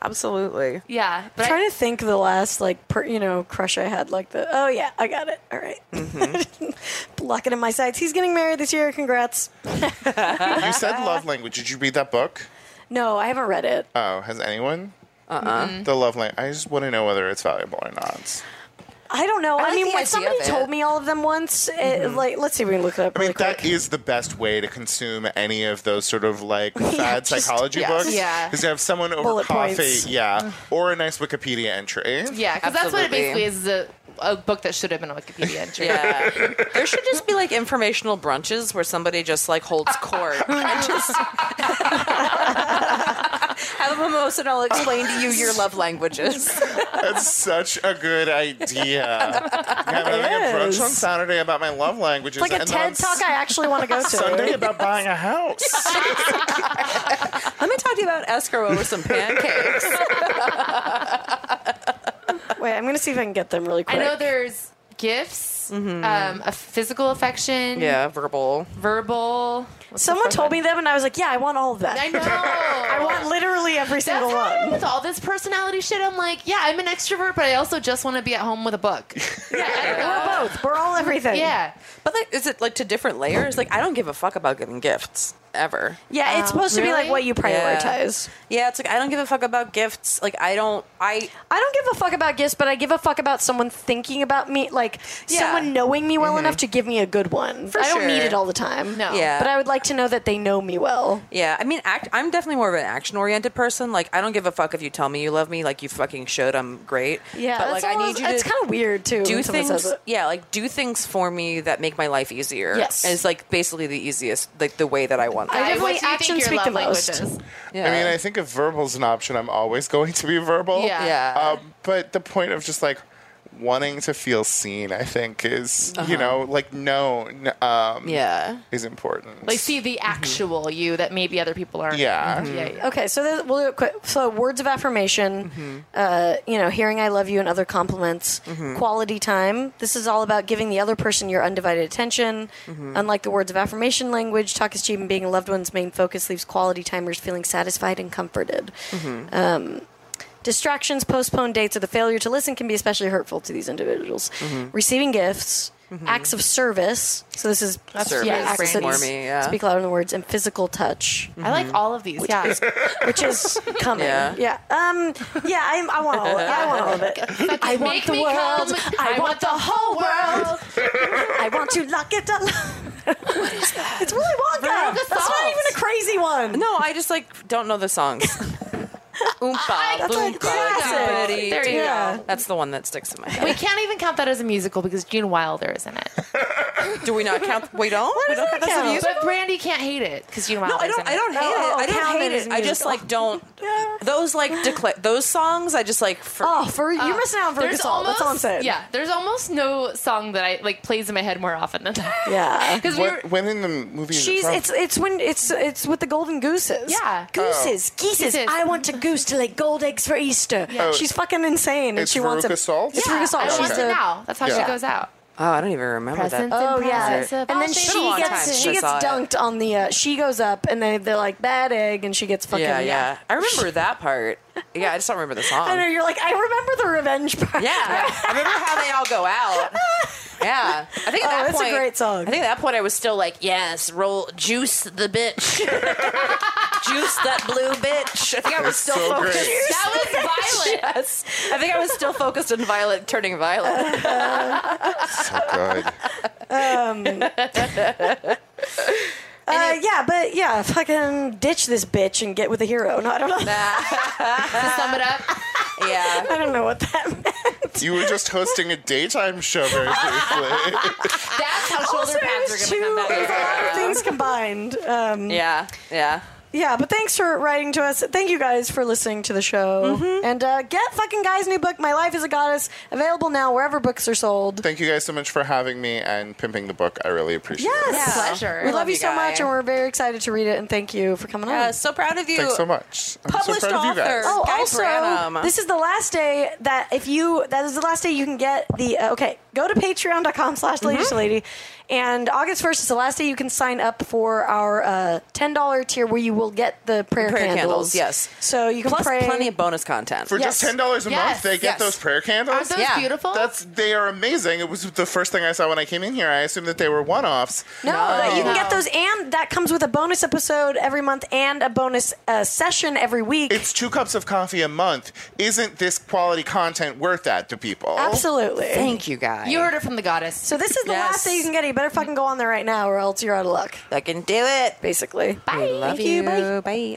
S3: absolutely.
S4: Yeah, but
S2: I'm
S4: I-
S2: trying to think of the last like per, you know crush I had like the oh yeah I got it all right.
S3: Mm-hmm.
S2: block it in my sights he's getting married this year congrats
S6: You said love language. Did you read that book?
S2: no I haven't read it
S6: Oh, has anyone? Uh uh
S2: Mm-hmm.
S6: The love language. I just want to know whether it's valuable or not.
S2: I don't know I,
S3: like
S2: mean
S3: the
S2: when
S3: idea
S2: somebody
S3: of it.
S2: told me all of them once it, like let's see if we can look it up
S6: Mm-hmm. I mean,
S2: really
S6: that
S2: quick.
S6: is the best way to consume any of those sort of like fad
S2: just-
S6: psychology
S3: yes.
S6: books.
S4: Yeah.
S6: Is to have someone over
S2: Bullet
S6: coffee.
S2: points. Mm.
S6: Yeah. Or a nice Wikipedia entry.
S4: Yeah, because that's what it
S3: Absolutely.
S4: basically is. is A, a book that should have been a Wikipedia entry.
S3: Yeah, there should just be like informational brunches where somebody just like holds court and just have a mimosa and I'll explain to you your love languages.
S6: That's such a good idea. Yeah, I'm having a
S2: is.
S6: brunch on Saturday about my love languages.
S2: It's like a
S6: and then on
S2: TED talk I actually want to go to.
S6: Sunday about buying a house.
S3: Let me talk to you about escrow over some pancakes.
S2: Wait, I'm gonna see if I can get them really
S4: I
S2: quick.
S4: know there's gifts,
S2: Mm-hmm.
S4: um, a physical affection,
S3: Yeah, verbal.
S4: verbal. What's the
S2: Someone
S4: fourth
S2: told
S4: one?
S2: me them, and I was like, yeah, I want all of that.
S4: I
S2: I,
S4: know. I
S2: want literally every
S4: That's
S2: single
S4: how I am
S2: one.
S4: with all this personality shit. I'm like, yeah, I'm an extrovert, but I also just want to be at home with a book. yeah,
S2: We're both. We're all everything.
S4: yeah.
S3: But like, is it like to different layers? Like, I don't give a fuck about giving gifts ever.
S2: Yeah, it's
S4: Um,
S2: supposed to be like
S4: really?
S2: what you
S3: Yeah.
S2: prioritize.
S3: Yeah, it's like I don't give a fuck about gifts. Like, I don't. I
S2: I don't give a fuck about gifts, but I give a fuck about someone thinking about me, like
S3: Yeah.
S2: someone knowing me
S6: Mm-hmm.
S2: well enough to give me a good one. I don't
S3: sure.
S2: need it all the time.
S4: No.
S3: Yeah.
S2: But I would like to know that they know me well.
S3: Yeah, I mean, act, I'm definitely more of an action-oriented person. Like, I don't give a fuck if you tell me you love me. Like, you fucking should. I'm great. but like, I need you to
S2: It's kind of weird too.
S3: do
S2: when someone says
S3: things.
S2: it.
S3: Yeah, like do things for me that make my life easier.
S2: Yes.
S3: is like basically the easiest, like the way that I want want
S2: I
S3: that.
S2: definitely-
S4: what do you
S2: actions
S4: think your
S2: speak
S4: love
S2: the
S4: language
S2: most.
S4: is?
S3: yeah.
S6: I mean, I think if verbal's an option, I'm always going to be verbal.
S4: Yeah.
S3: Yeah.
S6: Um, but the point of just like wanting to feel seen, I think, is you know like known um,
S3: yeah.
S6: is important.
S4: Like, see the actual you that maybe other people aren't. Mm-hmm.
S6: Yeah.
S4: Yeah, yeah.
S2: Okay, so there's- we'll do it quick. So words of affirmation, uh, you know, hearing "I love you" and other compliments, quality time. This is all about giving the other person your undivided attention. Unlike the words of affirmation language, talk is cheap, and being a loved one's main focus leaves quality timers feeling satisfied and comforted. Um, distractions, postponed dates, or the failure to listen can be especially hurtful to these individuals. Receiving gifts. Acts of service. So this is
S3: Service,
S2: yeah, acts that-
S3: brainstorming, yeah.
S2: Speak louder than words and physical touch
S4: I like all of these. Yeah.
S2: which is coming.
S3: Yeah.
S2: Yeah. Um. Yeah. I, I want all. I want all of it. I want
S4: Make
S2: the
S4: me
S2: world.
S4: come.
S2: I want the whole world.
S4: world.
S2: I want to lock it up. it's Willy Wonka.
S4: Veronica
S2: That's not
S4: Salt.
S2: even a crazy one.
S3: No, I just like don't know the songs. Oompa,
S4: That's
S2: a classic.
S3: loompa,
S4: There you
S2: Yeah.
S4: go.
S3: That's the one that sticks in my head.
S4: We can't even count that as a musical because Gene Wilder is in it.
S3: Do we not count? We don't. we
S2: does
S3: don't
S2: that
S3: count
S2: count?
S3: the music.
S4: But Brandy can't hate it because Gene
S3: Oh. No,
S4: Wilder's
S3: I don't.
S4: in it.
S3: I don't hate
S2: Oh,
S3: it. I don't
S2: count
S3: hate
S2: it as
S3: it. I just
S2: musical.
S3: like don't.
S2: Yeah.
S3: Those like declare those songs. I just like. For,
S2: Oh, for
S4: Uh,
S2: you're missing out on Veronica
S4: there's
S2: Salt. That's all I'm
S4: almost-
S2: saying.
S4: Yeah, there's almost no song that I like plays in my head more often than that.
S2: Yeah.
S4: because we were,
S6: What, when in the movie? is it
S2: She's
S6: from?
S2: it's it's when it's it's with the golden gooses.
S4: Yeah. Oh.
S2: Gooses. Geeses.
S4: Geeses.
S2: I want a goose to lay gold eggs for Easter.
S6: Oh.
S2: She's fucking insane and
S6: It's
S2: she wants
S6: Veruca
S2: it.
S6: Salt?
S2: It's
S6: Yeah,
S2: Veruca Salt.
S4: I want
S2: She's
S4: it
S2: the-
S4: now. That's how
S6: Yeah.
S4: she goes out.
S3: Oh, I don't even remember
S4: Presents
S3: that.
S2: Oh
S4: and
S2: yeah,
S4: presents.
S2: and then
S4: It's
S2: she
S4: been a long
S2: gets
S4: time
S2: she
S3: since
S2: gets
S3: I saw it.
S2: dunked on the. Uh, she goes up, and they they're like bad egg, and she gets fucking.
S3: yeah, yeah. I remember that part. Yeah, I just don't remember the song.
S2: I know you're like I remember the revenge part.
S3: Yeah, I remember how they all go out. Yeah, I think at that
S2: that's a
S3: point,
S2: great song.
S3: I think at that point, I was still like, "Yes, roll juice the bitch, juice that blue bitch." I think I was
S6: That's
S3: still
S6: so great.
S3: focused.
S4: That was violent.
S3: Yes, I think I was still focused on Violet turning violet.
S6: so good.
S2: uh, yeah, but yeah, fucking ditch this bitch and get with a hero. No, I don't know.
S4: To sum it up,
S3: yeah,
S2: I don't know what that meant.
S6: You were just hosting a daytime show very briefly.
S4: that's how shoulder
S2: Also, it was
S4: pads are
S2: two-
S4: going to come
S2: it was a
S4: back.
S2: lot of things combined. Um,
S3: yeah, yeah.
S2: yeah, but thanks for writing to us. Thank you guys for listening to the show.
S4: Mm-hmm.
S2: And uh, get fucking guy's new book, My Life is a Goddess, available now wherever books are sold.
S6: Thank you guys so much for having me and pimping the book. I really appreciate it.
S2: Yes.
S3: Yeah.
S4: Pleasure.
S2: We love, you so
S3: guy.
S2: much, and we're very excited to read it. And thank you for coming
S3: Uh,
S2: on.
S3: so proud of you.
S6: Thanks so much. I'm
S3: Published
S6: so proud of you guys.
S3: author.
S2: Oh,
S3: Guy
S2: also,
S3: Branum.
S2: this is the last day that if you that is the last day you can get the uh, okay. Go to patreon.com
S3: Mm-hmm.
S2: slash lady to lady, and August first is the last day you can sign up for our uh, ten dollar tier where you will get the prayer,
S3: Prayer candles,
S2: candles.
S3: yes.
S2: so you can
S3: Plus,
S2: pray.
S3: plenty of bonus content.
S6: For
S2: Yes.
S6: just ten dollars a
S4: Yes.
S6: month, they
S3: Yes.
S6: get those prayer candles.
S4: Aren't those
S3: Yeah.
S4: beautiful?
S6: That's they are amazing. It was the first thing I saw when I came in here. I assumed that they were one offs.
S2: no, but you can
S4: No.
S2: get those, and that comes with a bonus episode every month and a bonus uh, session every week.
S6: It's two cups of coffee a month. Isn't this quality content worth that to people?
S2: Absolutely.
S3: Thank you, guys.
S4: you heard it from the goddess.
S2: So this is the
S3: Yes.
S2: last day you can get it. You better fucking go on there right now, or else you're out of luck.
S3: I can do it.
S2: Basically.
S3: I love
S2: Thank you. Bye.
S3: Bye.